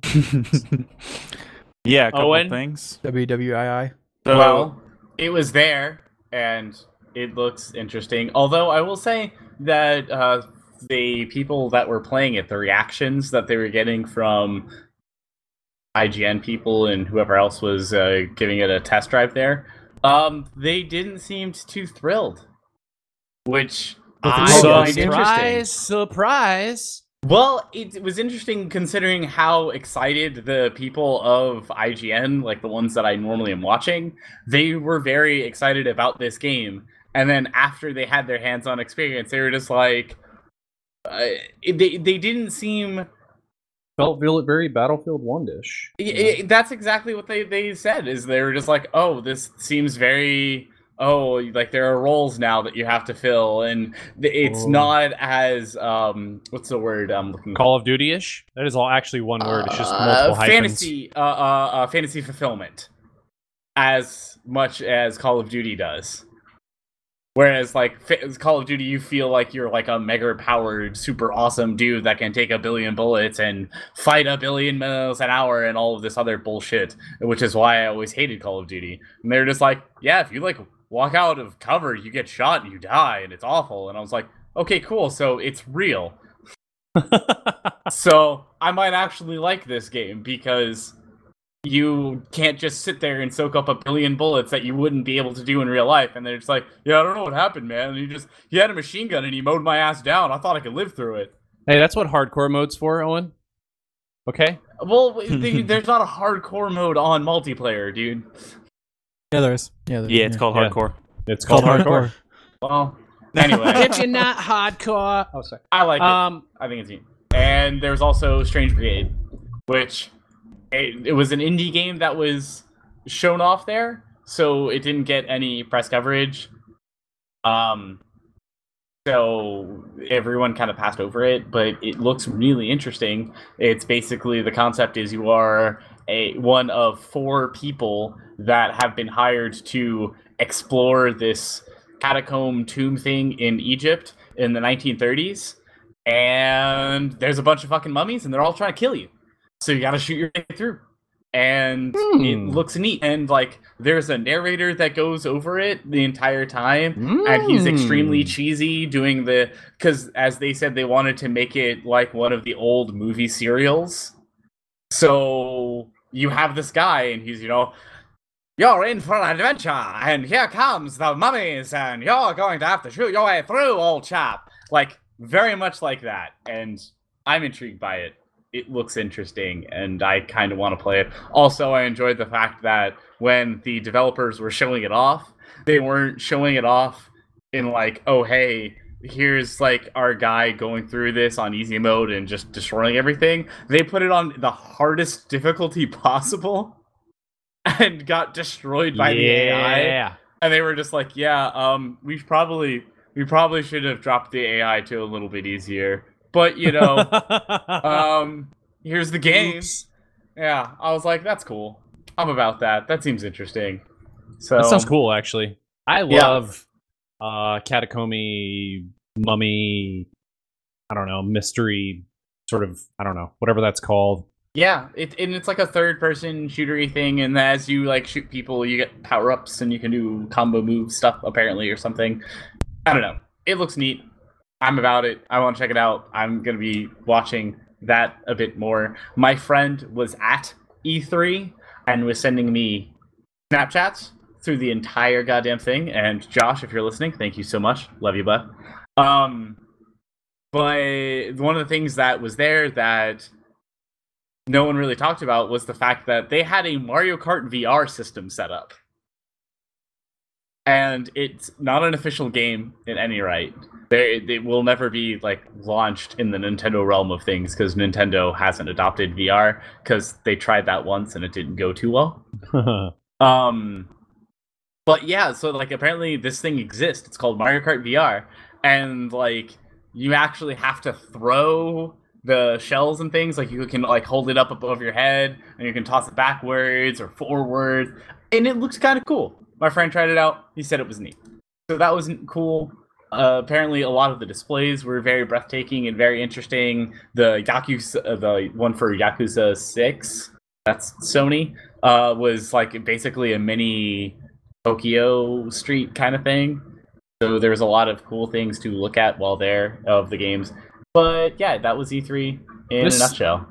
Speaker 3: yeah, a couple
Speaker 1: Owen?
Speaker 3: things.
Speaker 6: WWII.
Speaker 3: So,
Speaker 5: well, it was there, and it looks interesting. Although I will say that uh, the people that were playing it, the reactions that they were getting from IGN people and whoever else was uh, giving it a test drive there, um, they didn't seem too thrilled. Which I find interesting.
Speaker 1: surprise, surprise.
Speaker 5: Well, it was interesting considering how excited the people of IGN, like the ones that I normally am watching, they were very excited about this game. And then after they had their hands-on experience, they were just like, uh, it- they they didn't seem.
Speaker 1: Felt vil- very Battlefield One dish.
Speaker 5: i i that's exactly what they they said. Is they were just like, oh, this seems very. Oh, like there are roles now that you have to fill, and th- it's
Speaker 1: Oh.
Speaker 5: not as um, what's the word I'm looking for?
Speaker 1: Call of Duty ish. That is all actually one word. It's just multiple
Speaker 5: uh,
Speaker 1: hyphens.
Speaker 5: fantasy, uh, uh, uh, fantasy fulfillment, as much as Call of Duty does. Whereas, like fa- Call of Duty, you feel like you're like a mega powered, super awesome dude that can take a billion bullets and fight a billion miles an hour and all of this other bullshit, which is why I always hated Call of Duty. And they're just like, yeah, if you like walk out of cover, you get shot and you die, and it's awful. And I was like, okay, cool. So it's real so I might actually like this game because you can't just sit there and soak up a billion bullets that you wouldn't be able to do in real life. And they're just like, yeah, I don't know what happened, man. And he just he had a machine gun and he mowed my ass down. I thought I could live through it.
Speaker 1: hey, that's what hardcore mode's for, Owen. Okay.
Speaker 5: Well, the, there's not a hardcore mode on multiplayer, dude.
Speaker 4: Yeah, there is.
Speaker 6: Yeah,
Speaker 3: yeah, it's called
Speaker 1: Yeah.
Speaker 3: hardcore.
Speaker 1: It's called hardcore.
Speaker 5: Well, anyway,
Speaker 1: if you're not hardcore, oh sorry.
Speaker 5: I like it.
Speaker 1: Um,
Speaker 5: I think it's neat. And there's also Strange Brigade, which it, it was an indie game that was shown off there, so it didn't get any press coverage. Um, so everyone kind of passed over it, but it looks really interesting. It's basically the concept is you are a one of four people that have been hired to explore this catacomb tomb thing in Egypt in the 1930s and there's a bunch of fucking mummies and they're all trying to kill you so you gotta shoot your way through and it
Speaker 1: Hmm.
Speaker 5: looks neat and like there's a narrator that goes over it the entire time
Speaker 1: Mm.
Speaker 5: and Ah,
Speaker 1: Hmm.
Speaker 5: he's extremely cheesy doing the because as they said they wanted to make it like one of the old movie serials so you have this guy and he's you know you're in for an adventure and here comes the mummies and you're going to have to shoot your way through old chap like very much like that and i'm intrigued by it it looks interesting and i kind of want to play it also i enjoyed the fact that when the developers were showing it off they weren't showing it off in like, oh hey, here's like our guy going through this on easy mode and just destroying everything. They put it on the hardest difficulty possible and got destroyed by the AI.
Speaker 1: yeah.
Speaker 5: And they were just like, yeah, um, we probably we probably should have dropped the AI to a little bit easier. But you know, um, here's the game. Yeah, I was like, that's cool. I'm about that. That seems interesting. So
Speaker 1: That sounds cool, actually. I
Speaker 5: Yeah.
Speaker 1: love uh catacomby mummy. I don't know mystery, sort of. I don't know whatever that's called.
Speaker 5: Yeah, it, and it's like a third-person shootery thing, and as you like shoot people, you get power-ups and you can do combo move stuff apparently or something. I don't know. It looks neat. I'm about it. I want to check it out. I'm gonna be watching that a bit more. My friend was at E3 and was sending me Snapchats through the entire goddamn thing. And Josh, if you're listening, thank you so much. Love you, bud. Um, but one of the things that was there that no one really talked about was the fact that they had a Mario Kart VR system set up. and it's not an official game in any right. There, it will never be like launched in the Nintendo realm of things because Nintendo hasn't adopted VR because they tried that once and it didn't go too well. Um, but yeah, so like apparently this thing exists. It's called Mario Kart VR, and like you actually have to throw the shells and things. Like you can like hold it up above your head, and you can toss it backwards or forwards, and it looks kind of cool. My friend tried it out. He said it was neat. So that was cool. Uh, apparently, a lot of the displays were very breathtaking and very interesting. The Yakuza, uh, the one for Yakuza Six, that's Sony, uh, was like basically a mini Tokyo Street kind of thing. So there's a lot of cool things to look at while there of the games. But yeah, that was E3 in
Speaker 1: This-
Speaker 5: a nutshell.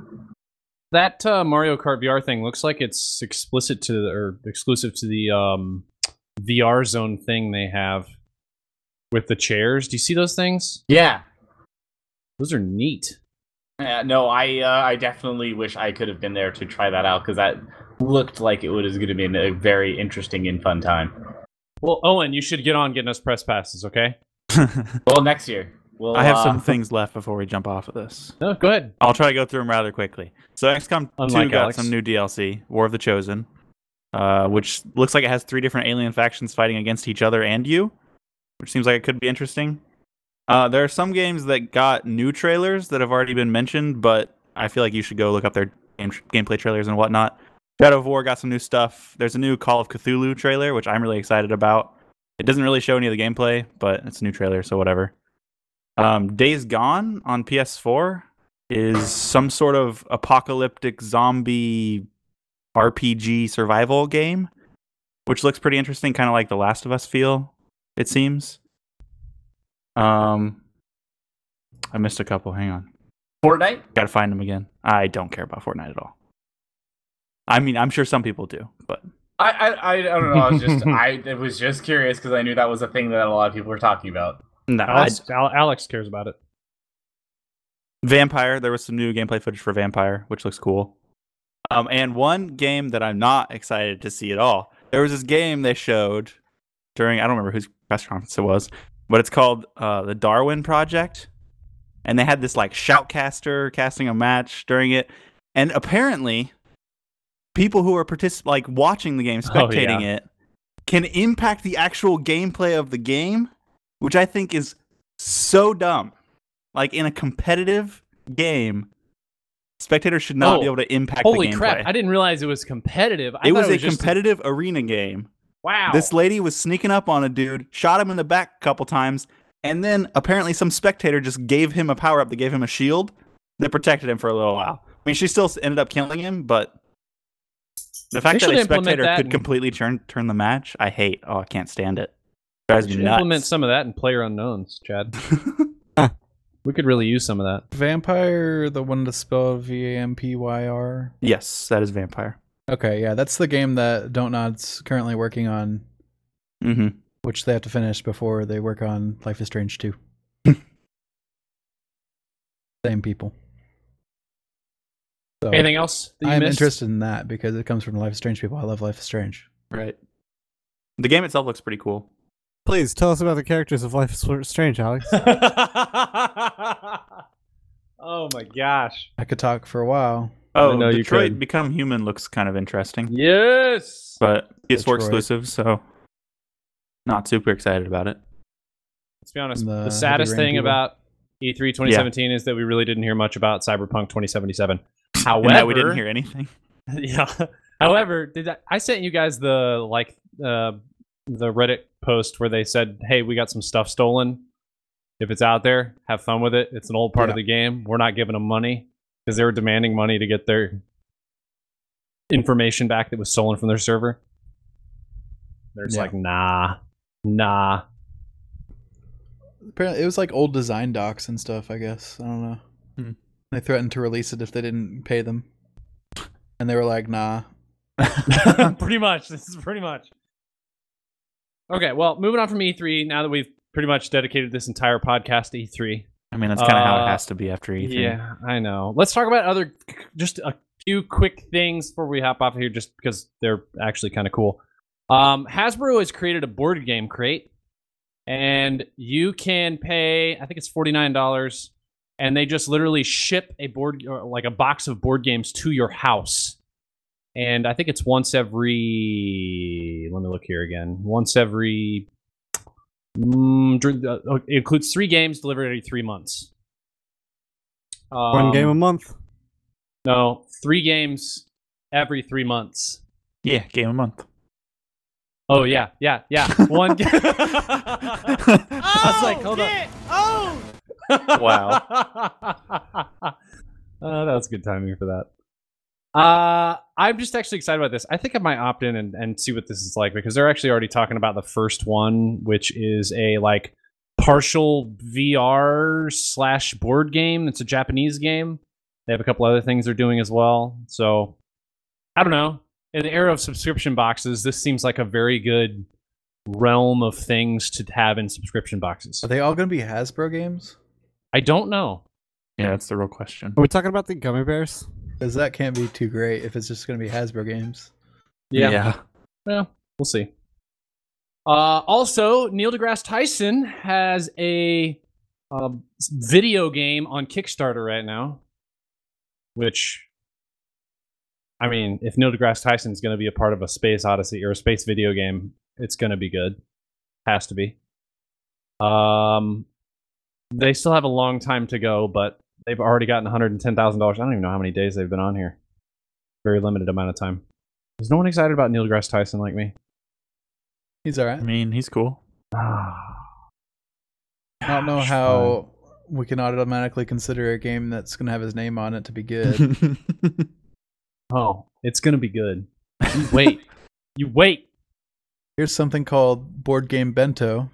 Speaker 1: That uh, Mario Kart VR thing looks like it's explicit to the, or exclusive to the um, VR zone thing they have with the chairs. Do you see those things?
Speaker 5: Yeah.
Speaker 1: Those are neat.
Speaker 5: Yeah, no, I uh, I definitely wish I could have been there to try that out because that looked like it was going to be an- a very interesting and fun time.
Speaker 1: Well, Owen, you should get on getting us press passes, okay?
Speaker 5: Well, next year. We'll,
Speaker 3: I have
Speaker 5: uh,
Speaker 3: some things left before we jump off of this.
Speaker 1: No, go ahead.
Speaker 3: I'll try to go through them rather quickly. So XCOM 2
Speaker 1: Unlike
Speaker 3: got
Speaker 1: Alex.
Speaker 3: some new DLC, War of the Chosen, uh, which looks like it has three different alien factions fighting against each other and you, which seems like it could be interesting. Uh, there are some games that got new trailers that have already been mentioned, but I feel like you should go look up their game gameplay trailers and whatnot. Shadow of War got some new stuff. There's a new Call of Cthulhu trailer, which I'm really excited about. It doesn't really show any of the gameplay, but it's a new trailer, so whatever. Um, Days Gone on PS4 is some sort of apocalyptic zombie RPG survival game, which looks pretty interesting, kind of like The Last of Us feel, it seems. Um, I missed a couple. Hang on.
Speaker 5: Fortnite.
Speaker 3: Gotta find them again. I don't care about Fortnite at all. I mean, I'm sure some people do, but
Speaker 5: I, I, I I don't know. I was just I it was just curious because I knew that was a thing that a lot of people were talking about.
Speaker 3: no. I-
Speaker 1: Alex, Al- Alex cares about it.
Speaker 3: Vampire. There was some new gameplay footage for Vampire, which looks cool. Um, and one game that I'm not excited to see at all. There was this game they showed during I don't remember whose press conference it was, but it's called uh, the Darwin Project, and they had this like shoutcaster casting a match during it, and apparently, people who are particip- like watching the game,
Speaker 1: Oh, yeah.
Speaker 3: spectating it, can impact the actual gameplay of the game, which I think is so dumb. Like in a competitive game, spectators should not
Speaker 1: Oh,
Speaker 3: be able to impact
Speaker 1: Holy
Speaker 3: the gameplay.
Speaker 1: crap! I didn't realize it was competitive. I
Speaker 3: it
Speaker 1: thought
Speaker 3: was, a
Speaker 1: just
Speaker 3: competitive arena game.
Speaker 1: wow.
Speaker 3: This lady was sneaking up on a dude, shot him in the back a couple times, and then apparently some spectator just gave him a power up that gave him a shield that protected him for a little while. I mean, she still ended up killing him, but the fact
Speaker 1: They
Speaker 3: that
Speaker 1: should
Speaker 3: a
Speaker 1: implement
Speaker 3: spectator
Speaker 1: that
Speaker 3: could
Speaker 1: and-
Speaker 3: completely turn turn the match, I hate. Oh, I can't stand it. Drives
Speaker 1: We
Speaker 3: me
Speaker 1: should
Speaker 3: nuts.
Speaker 1: implement some of that in player unknowns, Chad.
Speaker 4: Huh.
Speaker 1: We could really use some of that.
Speaker 6: Vampire, the one to spell V A M P Y R.
Speaker 3: yes, that is vampire.
Speaker 6: Okay, yeah, that's the game that Don't Nod's currently working on,
Speaker 3: hmm
Speaker 6: which they have to finish before they work on Life is Strange 2. Same people. So
Speaker 1: Anything else that you
Speaker 6: I'm
Speaker 1: missed?
Speaker 6: interested in that because it comes from Life is Strange people. I love Life is Strange.
Speaker 3: Right. The game itself looks pretty cool.
Speaker 4: Please tell us about the characters of Life is Sor- Strange, Alex.
Speaker 1: oh my gosh!
Speaker 6: I could talk for a while.
Speaker 3: Oh,
Speaker 1: know you
Speaker 3: Detroit
Speaker 1: could.
Speaker 3: Become Human looks kind of interesting,
Speaker 1: Yes.
Speaker 3: but it's for
Speaker 6: Detroit.
Speaker 3: exclusive, so not super excited about it.
Speaker 1: Let's be honest.
Speaker 6: And
Speaker 1: The,
Speaker 6: the
Speaker 1: saddest
Speaker 6: heavy rain
Speaker 1: thing
Speaker 6: people.
Speaker 1: about E E3 2017 is that we really didn't hear much about Cyberpunk 2077. However,
Speaker 3: And that we didn't hear anything.
Speaker 1: yeah. However, did I, I sent you guys the like uh, the Reddit post where they said, "Hey, we got some stuff stolen. If it's out there, have fun with it. It's an old part of
Speaker 6: Yeah.
Speaker 1: the game. We're not giving them money because they were demanding money to get their information back that was stolen from their server." They're just
Speaker 6: Yeah.
Speaker 1: like, "Nah, nah."
Speaker 6: Apparently, it was like old design docs and stuff. I guess I don't know.
Speaker 3: Hmm.
Speaker 6: They threatened to release it if they didn't pay them, and they were like, "Nah."
Speaker 1: pretty much. This is pretty much. Okay, well, moving on from E3. Now that we've pretty much dedicated this entire podcast to E E3,
Speaker 3: I mean, that's kind of how
Speaker 1: Uh,
Speaker 3: it has to be after E E3.
Speaker 1: Yeah, I know. Let's talk about other, just a few quick things before we hop off of here, just because they're actually kind of cool. Um, Hasbro has created a board game crate, and you can pay. I think it's forty nine dollars, and they just literally ship a board or like a box of board games to your house. And I think it's once every. Let me look here again. Once every. Mm, during the- uh, it includes three games delivered every three months.
Speaker 4: One
Speaker 1: Um,
Speaker 4: game a month.
Speaker 1: No, three games every three months.
Speaker 3: Yeah, game a month.
Speaker 1: Oh yeah, yeah, yeah. One. Game. I
Speaker 2: Oh,
Speaker 1: was like, hold on.
Speaker 2: yeah. Oh,
Speaker 3: Wow.
Speaker 1: Uh, that was good timing for that. Uh, I'm just actually excited about this. I think I might opt in and, and see what this is like because they're actually already talking about the first one, which is a like partial VR slash board game. It's a Japanese game. They have a couple other things they're doing as well. So I don't know. In the era of subscription boxes, this seems like a very good realm of things to have in subscription boxes.
Speaker 6: Are they all going to be Hasbro games?
Speaker 1: I don't know.
Speaker 3: Yeah, that's the real question.
Speaker 4: Are we talking about the gummy bears?
Speaker 6: Because that can't be too great if it's just going to be Hasbro games.
Speaker 1: We'll see. Uh, also, Neil deGrasse Tyson has a um, s- video game on Kickstarter right now, which, I mean, if Neil deGrasse Tyson is going to be a part of a space odyssey or a space video game, it's going to be good. Has to be. Um, they still have a long time to go, but they've already gotten $110,000. I don't even know how many days they've been on here. Very limited amount of time. Is no one excited about Neil deGrasse Tyson like me?
Speaker 6: He's all
Speaker 3: I
Speaker 6: right.
Speaker 3: mean, he's cool.
Speaker 6: I don't know
Speaker 3: Gosh,
Speaker 6: how we can automatically consider a game that's going to have his name on it to be good.
Speaker 3: Wait.
Speaker 1: Oh, it's gonna be good. You wait. you wait.
Speaker 6: Here's something called Board Game Bento.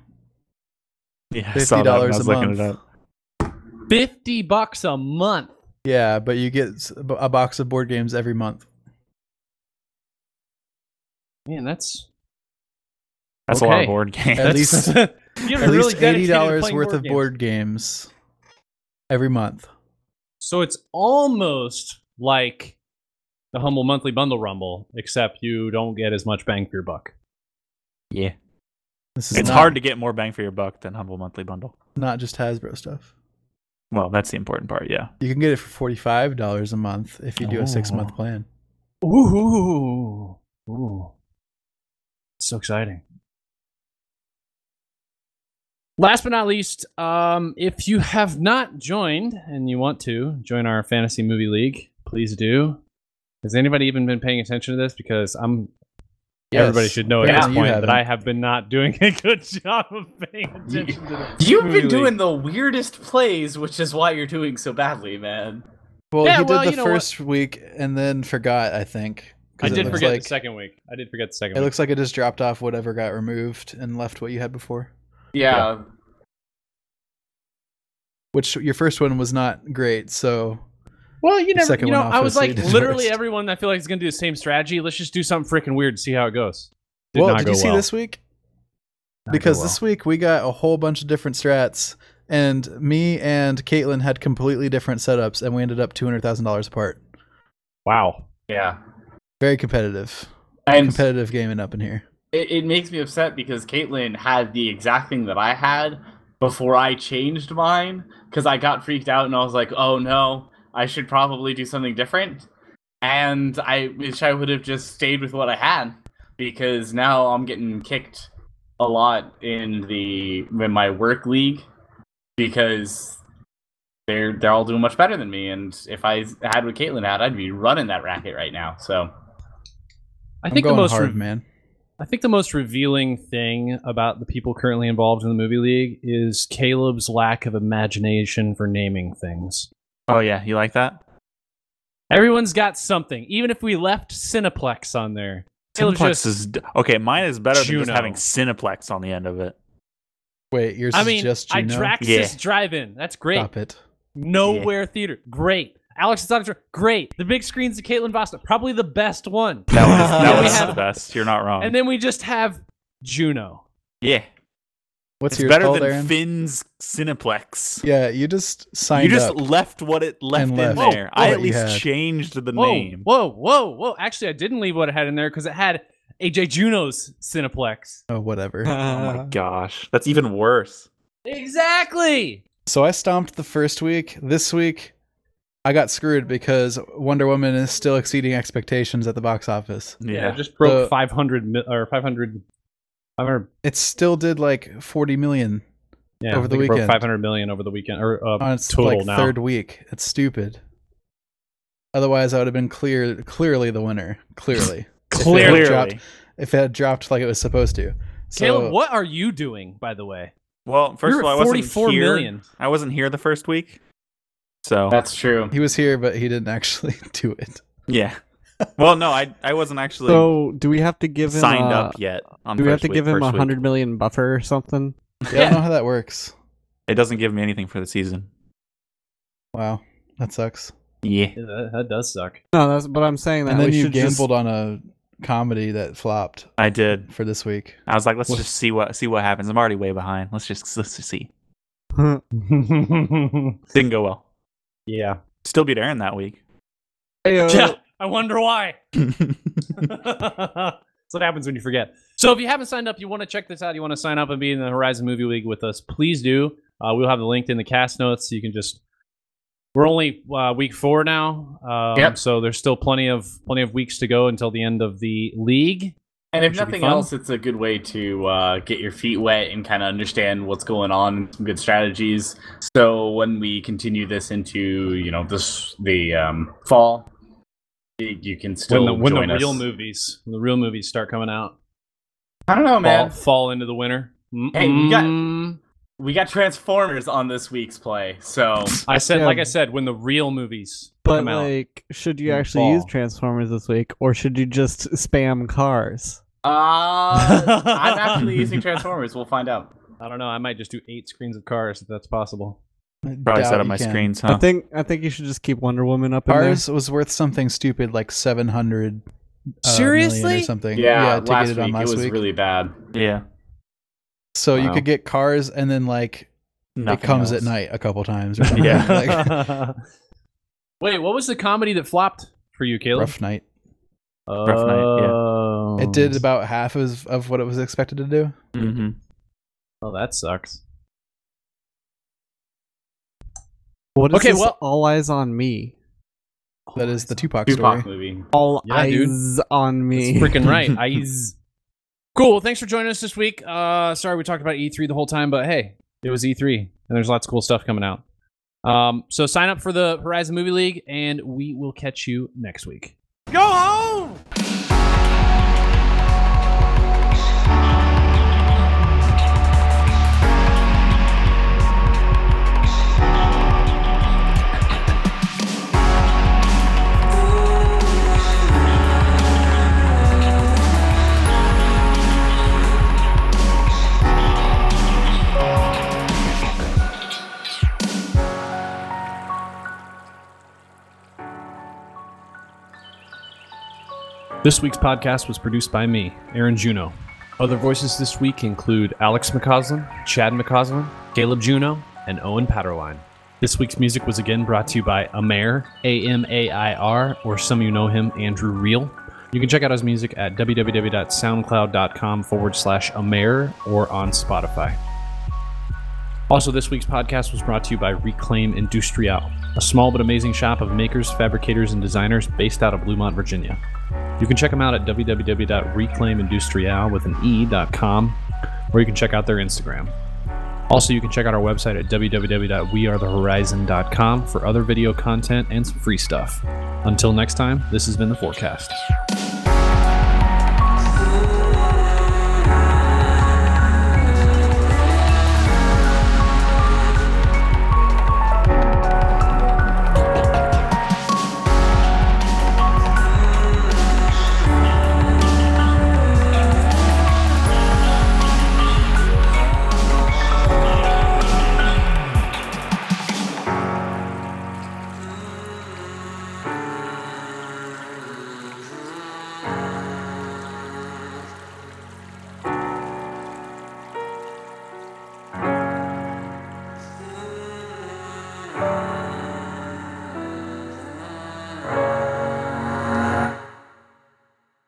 Speaker 3: Yeah, I
Speaker 6: Fifty
Speaker 3: saw that when
Speaker 6: dollars
Speaker 3: I
Speaker 6: a
Speaker 3: was looking
Speaker 6: month.
Speaker 3: it up.
Speaker 1: Fifty bucks a month.
Speaker 6: Yeah, but you get s- a box of board games every month.
Speaker 1: Man, that's
Speaker 3: That's a lot
Speaker 1: Okay.
Speaker 3: of board games.
Speaker 6: At
Speaker 1: that's-
Speaker 6: least-
Speaker 1: you
Speaker 6: At
Speaker 1: really
Speaker 6: least eighty
Speaker 1: dedicated to
Speaker 6: dollars
Speaker 1: playing
Speaker 6: worth of
Speaker 1: games.
Speaker 6: board games every month.
Speaker 1: So it's almost like the humble monthly bundle rumble, except you don't get as much bang for your buck.
Speaker 3: yeah,
Speaker 6: This is
Speaker 3: it's
Speaker 6: not-
Speaker 3: hard to get more bang for your buck than Humble Monthly Bundle.
Speaker 6: not just Hasbro stuff.
Speaker 3: Well, that's the important part. Yeah.
Speaker 6: You can get it for forty five dollars a month if you do a six month
Speaker 3: Oh.
Speaker 6: plan.
Speaker 1: Ooh, ooh, so exciting! Last but not least, um, if you have not joined and you want to join our fantasy movie league, please do. Has anybody even been paying attention to this? Because I'm. Everybody
Speaker 6: Yes.
Speaker 1: should know at
Speaker 5: Yeah,
Speaker 1: this
Speaker 6: you
Speaker 1: point that
Speaker 6: haven't.
Speaker 1: I have been not doing a good job of paying attention to this.
Speaker 5: You've
Speaker 1: movie
Speaker 5: been
Speaker 1: league.
Speaker 5: doing the weirdest plays, which is why you're doing so badly, man.
Speaker 6: Well,
Speaker 1: Yeah,
Speaker 6: he did
Speaker 1: well, you
Speaker 6: the
Speaker 1: know what?
Speaker 6: first week and then forgot. I think.
Speaker 1: I
Speaker 6: 'Cause it
Speaker 1: did
Speaker 6: looks
Speaker 1: forget
Speaker 6: like,
Speaker 1: the second week. I did forget the second
Speaker 6: It
Speaker 1: week.
Speaker 6: looks like it just dropped off whatever got removed and left what you had before.
Speaker 5: Yeah.
Speaker 6: Which your first one was not great, so
Speaker 1: Well, you
Speaker 6: The
Speaker 1: never.
Speaker 6: second
Speaker 1: You know,
Speaker 6: one
Speaker 1: I was like,
Speaker 6: obviously did
Speaker 1: literally
Speaker 6: worst.
Speaker 1: everyone. I feel like is going to do the same strategy. Let's just do something freaking weird and see how it goes. Did
Speaker 6: well,
Speaker 1: not
Speaker 6: did
Speaker 1: go
Speaker 6: you see
Speaker 1: well.
Speaker 6: this week?
Speaker 1: Not go
Speaker 6: Because
Speaker 1: well.
Speaker 6: this week we got a whole bunch of different strats, and me and Caitlin had completely different setups, and we ended up two hundred thousand dollars apart.
Speaker 1: Wow.
Speaker 5: Yeah.
Speaker 6: Very competitive,
Speaker 5: And
Speaker 6: competitive gaming up in here.
Speaker 5: it, it makes me upset because Caitlyn had the exact thing that I had before I changed mine because I got freaked out and I was like, oh no, I should probably do something different. And I wish I would have just stayed with what I had because now I'm getting kicked a lot in the in my work league because they're they're all doing much better than me and if I had what Caitlyn had, I'd be running that racket right now. So
Speaker 1: I
Speaker 6: I'm
Speaker 1: think the
Speaker 6: going
Speaker 1: most.
Speaker 6: hard,
Speaker 1: re-
Speaker 6: man.
Speaker 1: I think the most revealing thing about the people currently involved in the movie league is Caleb's lack of imagination for naming things.
Speaker 3: Oh yeah, you like that?
Speaker 1: Everyone's got something, even if we left Cineplex on there. Caleb
Speaker 3: Cineplex
Speaker 1: just-
Speaker 3: is d- okay. Mine is better than
Speaker 1: Juno.
Speaker 3: just having Cineplex on the end of it.
Speaker 6: Wait, yours
Speaker 1: I
Speaker 6: is
Speaker 1: mean,
Speaker 6: just
Speaker 1: I
Speaker 6: Juno.
Speaker 1: Draxis
Speaker 3: Yeah.
Speaker 1: Drive-In. That's great.
Speaker 6: Stop it.
Speaker 1: Nowhere Theater. Great. Alex's Auditor. Great. The big screens of Caitlin Vosta. Probably the best one.
Speaker 3: That one is, that
Speaker 1: Yeah,
Speaker 3: one
Speaker 1: we
Speaker 3: is
Speaker 1: have-
Speaker 3: the best. You're not wrong.
Speaker 1: And then we just have Juno.
Speaker 3: yeah,
Speaker 6: What's
Speaker 3: it's
Speaker 6: yours
Speaker 3: better
Speaker 6: called,
Speaker 3: than
Speaker 6: Aaron?
Speaker 3: Finn's Cineplex.
Speaker 6: yeah, you just signed
Speaker 3: you just
Speaker 6: up.
Speaker 3: left what it left
Speaker 6: And
Speaker 3: in
Speaker 6: left
Speaker 3: there.
Speaker 4: Oh,
Speaker 6: what
Speaker 3: I at
Speaker 6: you
Speaker 3: least
Speaker 6: had.
Speaker 3: changed the
Speaker 1: Whoa,
Speaker 3: name.
Speaker 1: whoa, whoa, whoa. Actually, I didn't leave what it had in there because it had AJ Juno's Cineplex.
Speaker 6: Oh, whatever.
Speaker 3: oh my gosh, that's even worse.
Speaker 1: Exactly.
Speaker 6: So I stomped the first week. This week, I got screwed because Wonder Woman is still exceeding expectations at the box office.
Speaker 1: Yeah, it
Speaker 3: Yeah,
Speaker 1: just broke
Speaker 6: Uh,
Speaker 1: 500 mi- or 500. 500
Speaker 6: It still did like 40 million
Speaker 1: yeah,
Speaker 6: Over
Speaker 1: I
Speaker 6: the
Speaker 1: think it broke
Speaker 6: weekend.
Speaker 1: 500 million over the weekend or uh,
Speaker 6: on its
Speaker 1: total
Speaker 6: like
Speaker 1: now.
Speaker 6: third week. It's stupid. Otherwise, I would have been clear, clearly the winner. Clearly,
Speaker 1: Clearly.
Speaker 6: Clearly. if it had dropped like it was supposed to. So,
Speaker 1: Caleb, what are you doing, by the way?
Speaker 3: Well, 1st
Speaker 1: You're
Speaker 3: of all, I
Speaker 1: at
Speaker 3: wasn't
Speaker 1: 44
Speaker 3: here.
Speaker 1: million.
Speaker 3: I wasn't here the first week, so
Speaker 4: Uh,
Speaker 5: That's true.
Speaker 6: He was here, but he didn't actually do it.
Speaker 3: yeah. Well, no, I I wasn't actually
Speaker 4: So do we have to give him
Speaker 3: signed
Speaker 4: a-
Speaker 3: up yet. On
Speaker 4: Do we have
Speaker 3: first
Speaker 4: to
Speaker 3: week-
Speaker 4: give him
Speaker 3: first
Speaker 4: a
Speaker 3: week.
Speaker 4: hundred million buffer or something?
Speaker 6: Yeah, I don't know how that works.
Speaker 3: It doesn't give me anything for the season.
Speaker 6: Wow, that sucks.
Speaker 3: Yeah.
Speaker 1: Yeah, that, that does suck.
Speaker 4: No, that's but I'm saying that
Speaker 6: and then
Speaker 4: we
Speaker 6: you
Speaker 4: should just-
Speaker 6: gambled on a comedy that flopped
Speaker 3: I did.
Speaker 6: for this week.
Speaker 3: I was like, let's
Speaker 6: What-
Speaker 3: just see what see what happens. I'm already way behind. Let's just let's just see. Didn't go well.
Speaker 1: yeah.
Speaker 3: Still beat Aaron that week.
Speaker 4: Heyo.
Speaker 1: Yeah. I wonder why.
Speaker 3: yeah,
Speaker 1: That's what happens when you forget. So if you haven't signed up, you want to check this out, you want to sign up and be in the Horizon Movie League with us, please do. Uh, we'll have the link in the cast notes. So you can just. We're only uh, week four now, um,
Speaker 5: Yep.
Speaker 1: so there's still plenty of plenty of weeks to go until the end of the league.
Speaker 5: And if
Speaker 1: Should be
Speaker 5: nothing
Speaker 1: fun.
Speaker 5: else, it's a good way to uh, get your feet wet and kind of understand what's going on, and some good strategies. So when we continue this into you know this the um, fall, y- you can still
Speaker 1: when the, when the
Speaker 5: join us.
Speaker 1: real movies, when the real movies start coming out,
Speaker 5: I don't know,
Speaker 1: fall,
Speaker 5: man.
Speaker 1: fall into the winter.
Speaker 5: Hey, you got-
Speaker 1: Mm-mm.
Speaker 5: We got Transformers on this week's play, so
Speaker 1: I said,
Speaker 4: Yeah.
Speaker 1: like I said, when the real movies
Speaker 4: But
Speaker 1: come out.
Speaker 4: like, should you
Speaker 1: in the
Speaker 4: actually use
Speaker 1: fall.
Speaker 4: Transformers this week, or should you just spam cars?
Speaker 5: uh, I'm actually using Transformers. We'll find out.
Speaker 1: I don't know. I might just do eight screens of cars if that's possible.
Speaker 6: I
Speaker 3: probably
Speaker 6: doubt
Speaker 3: set up
Speaker 6: you
Speaker 3: my
Speaker 6: can.
Speaker 3: screens,
Speaker 4: I
Speaker 3: huh?
Speaker 4: think I think you should just keep Wonder Woman up in there.
Speaker 6: Ours was worth something stupid like seven hundred. uh,
Speaker 1: Seriously?
Speaker 6: or something.
Speaker 5: Yeah,
Speaker 6: to
Speaker 5: last
Speaker 6: get it
Speaker 5: week
Speaker 6: on last
Speaker 5: it was
Speaker 6: week.
Speaker 5: really bad.
Speaker 3: yeah.
Speaker 6: so you
Speaker 3: Wow.
Speaker 6: could get cars, and then like it
Speaker 3: Nothing
Speaker 6: comes at
Speaker 3: else.
Speaker 6: night a couple times. Or something.
Speaker 3: Yeah.
Speaker 6: like,
Speaker 1: Wait, what was the comedy that flopped for you, Caleb?
Speaker 6: rough night.
Speaker 3: Rough Night, yeah.
Speaker 1: Oh.
Speaker 6: It did about half of of what it was expected to do.
Speaker 3: hmm
Speaker 1: Oh, that sucks.
Speaker 4: What is
Speaker 1: Okay,
Speaker 4: this
Speaker 1: well-
Speaker 4: all eyes on me?
Speaker 6: That is the Tupac,
Speaker 5: Tupac
Speaker 6: story.
Speaker 5: movie.
Speaker 4: All
Speaker 1: Yeah,
Speaker 4: eyes
Speaker 1: dude.
Speaker 4: on me.
Speaker 1: That's freaking right. Eyes. Cool. Well, thanks for joining us this week. Uh, sorry we talked about E3 the whole time, but hey, it was E3, and there's lots of cool stuff coming out. Um, so sign up for the Horizon Movie League, and we will catch you next week.
Speaker 2: Go home!
Speaker 1: This week's podcast was produced by me, Aaron Juno. Other voices this week include Alex McCausland, Chad McCausland, Caleb Juno, and Owen Patterline. This week's music was again brought to you by Amair, A M A I R, or some you know him, Andrew Reel. You can check out his music at www.soundcloud.com forward slash Amair or on Spotify. Also, this week's podcast was brought to you by Reclaim Industrial, a small but amazing shop of makers, fabricators, and designers based out of Bluemont, Virginia. You can check them out at www.reclaimindustrial with an e.com, or you can check out their Instagram. Also, you can check out our website at www.wearethehorizon.com for other video content and some free stuff. Until next time, this has been The Forecast.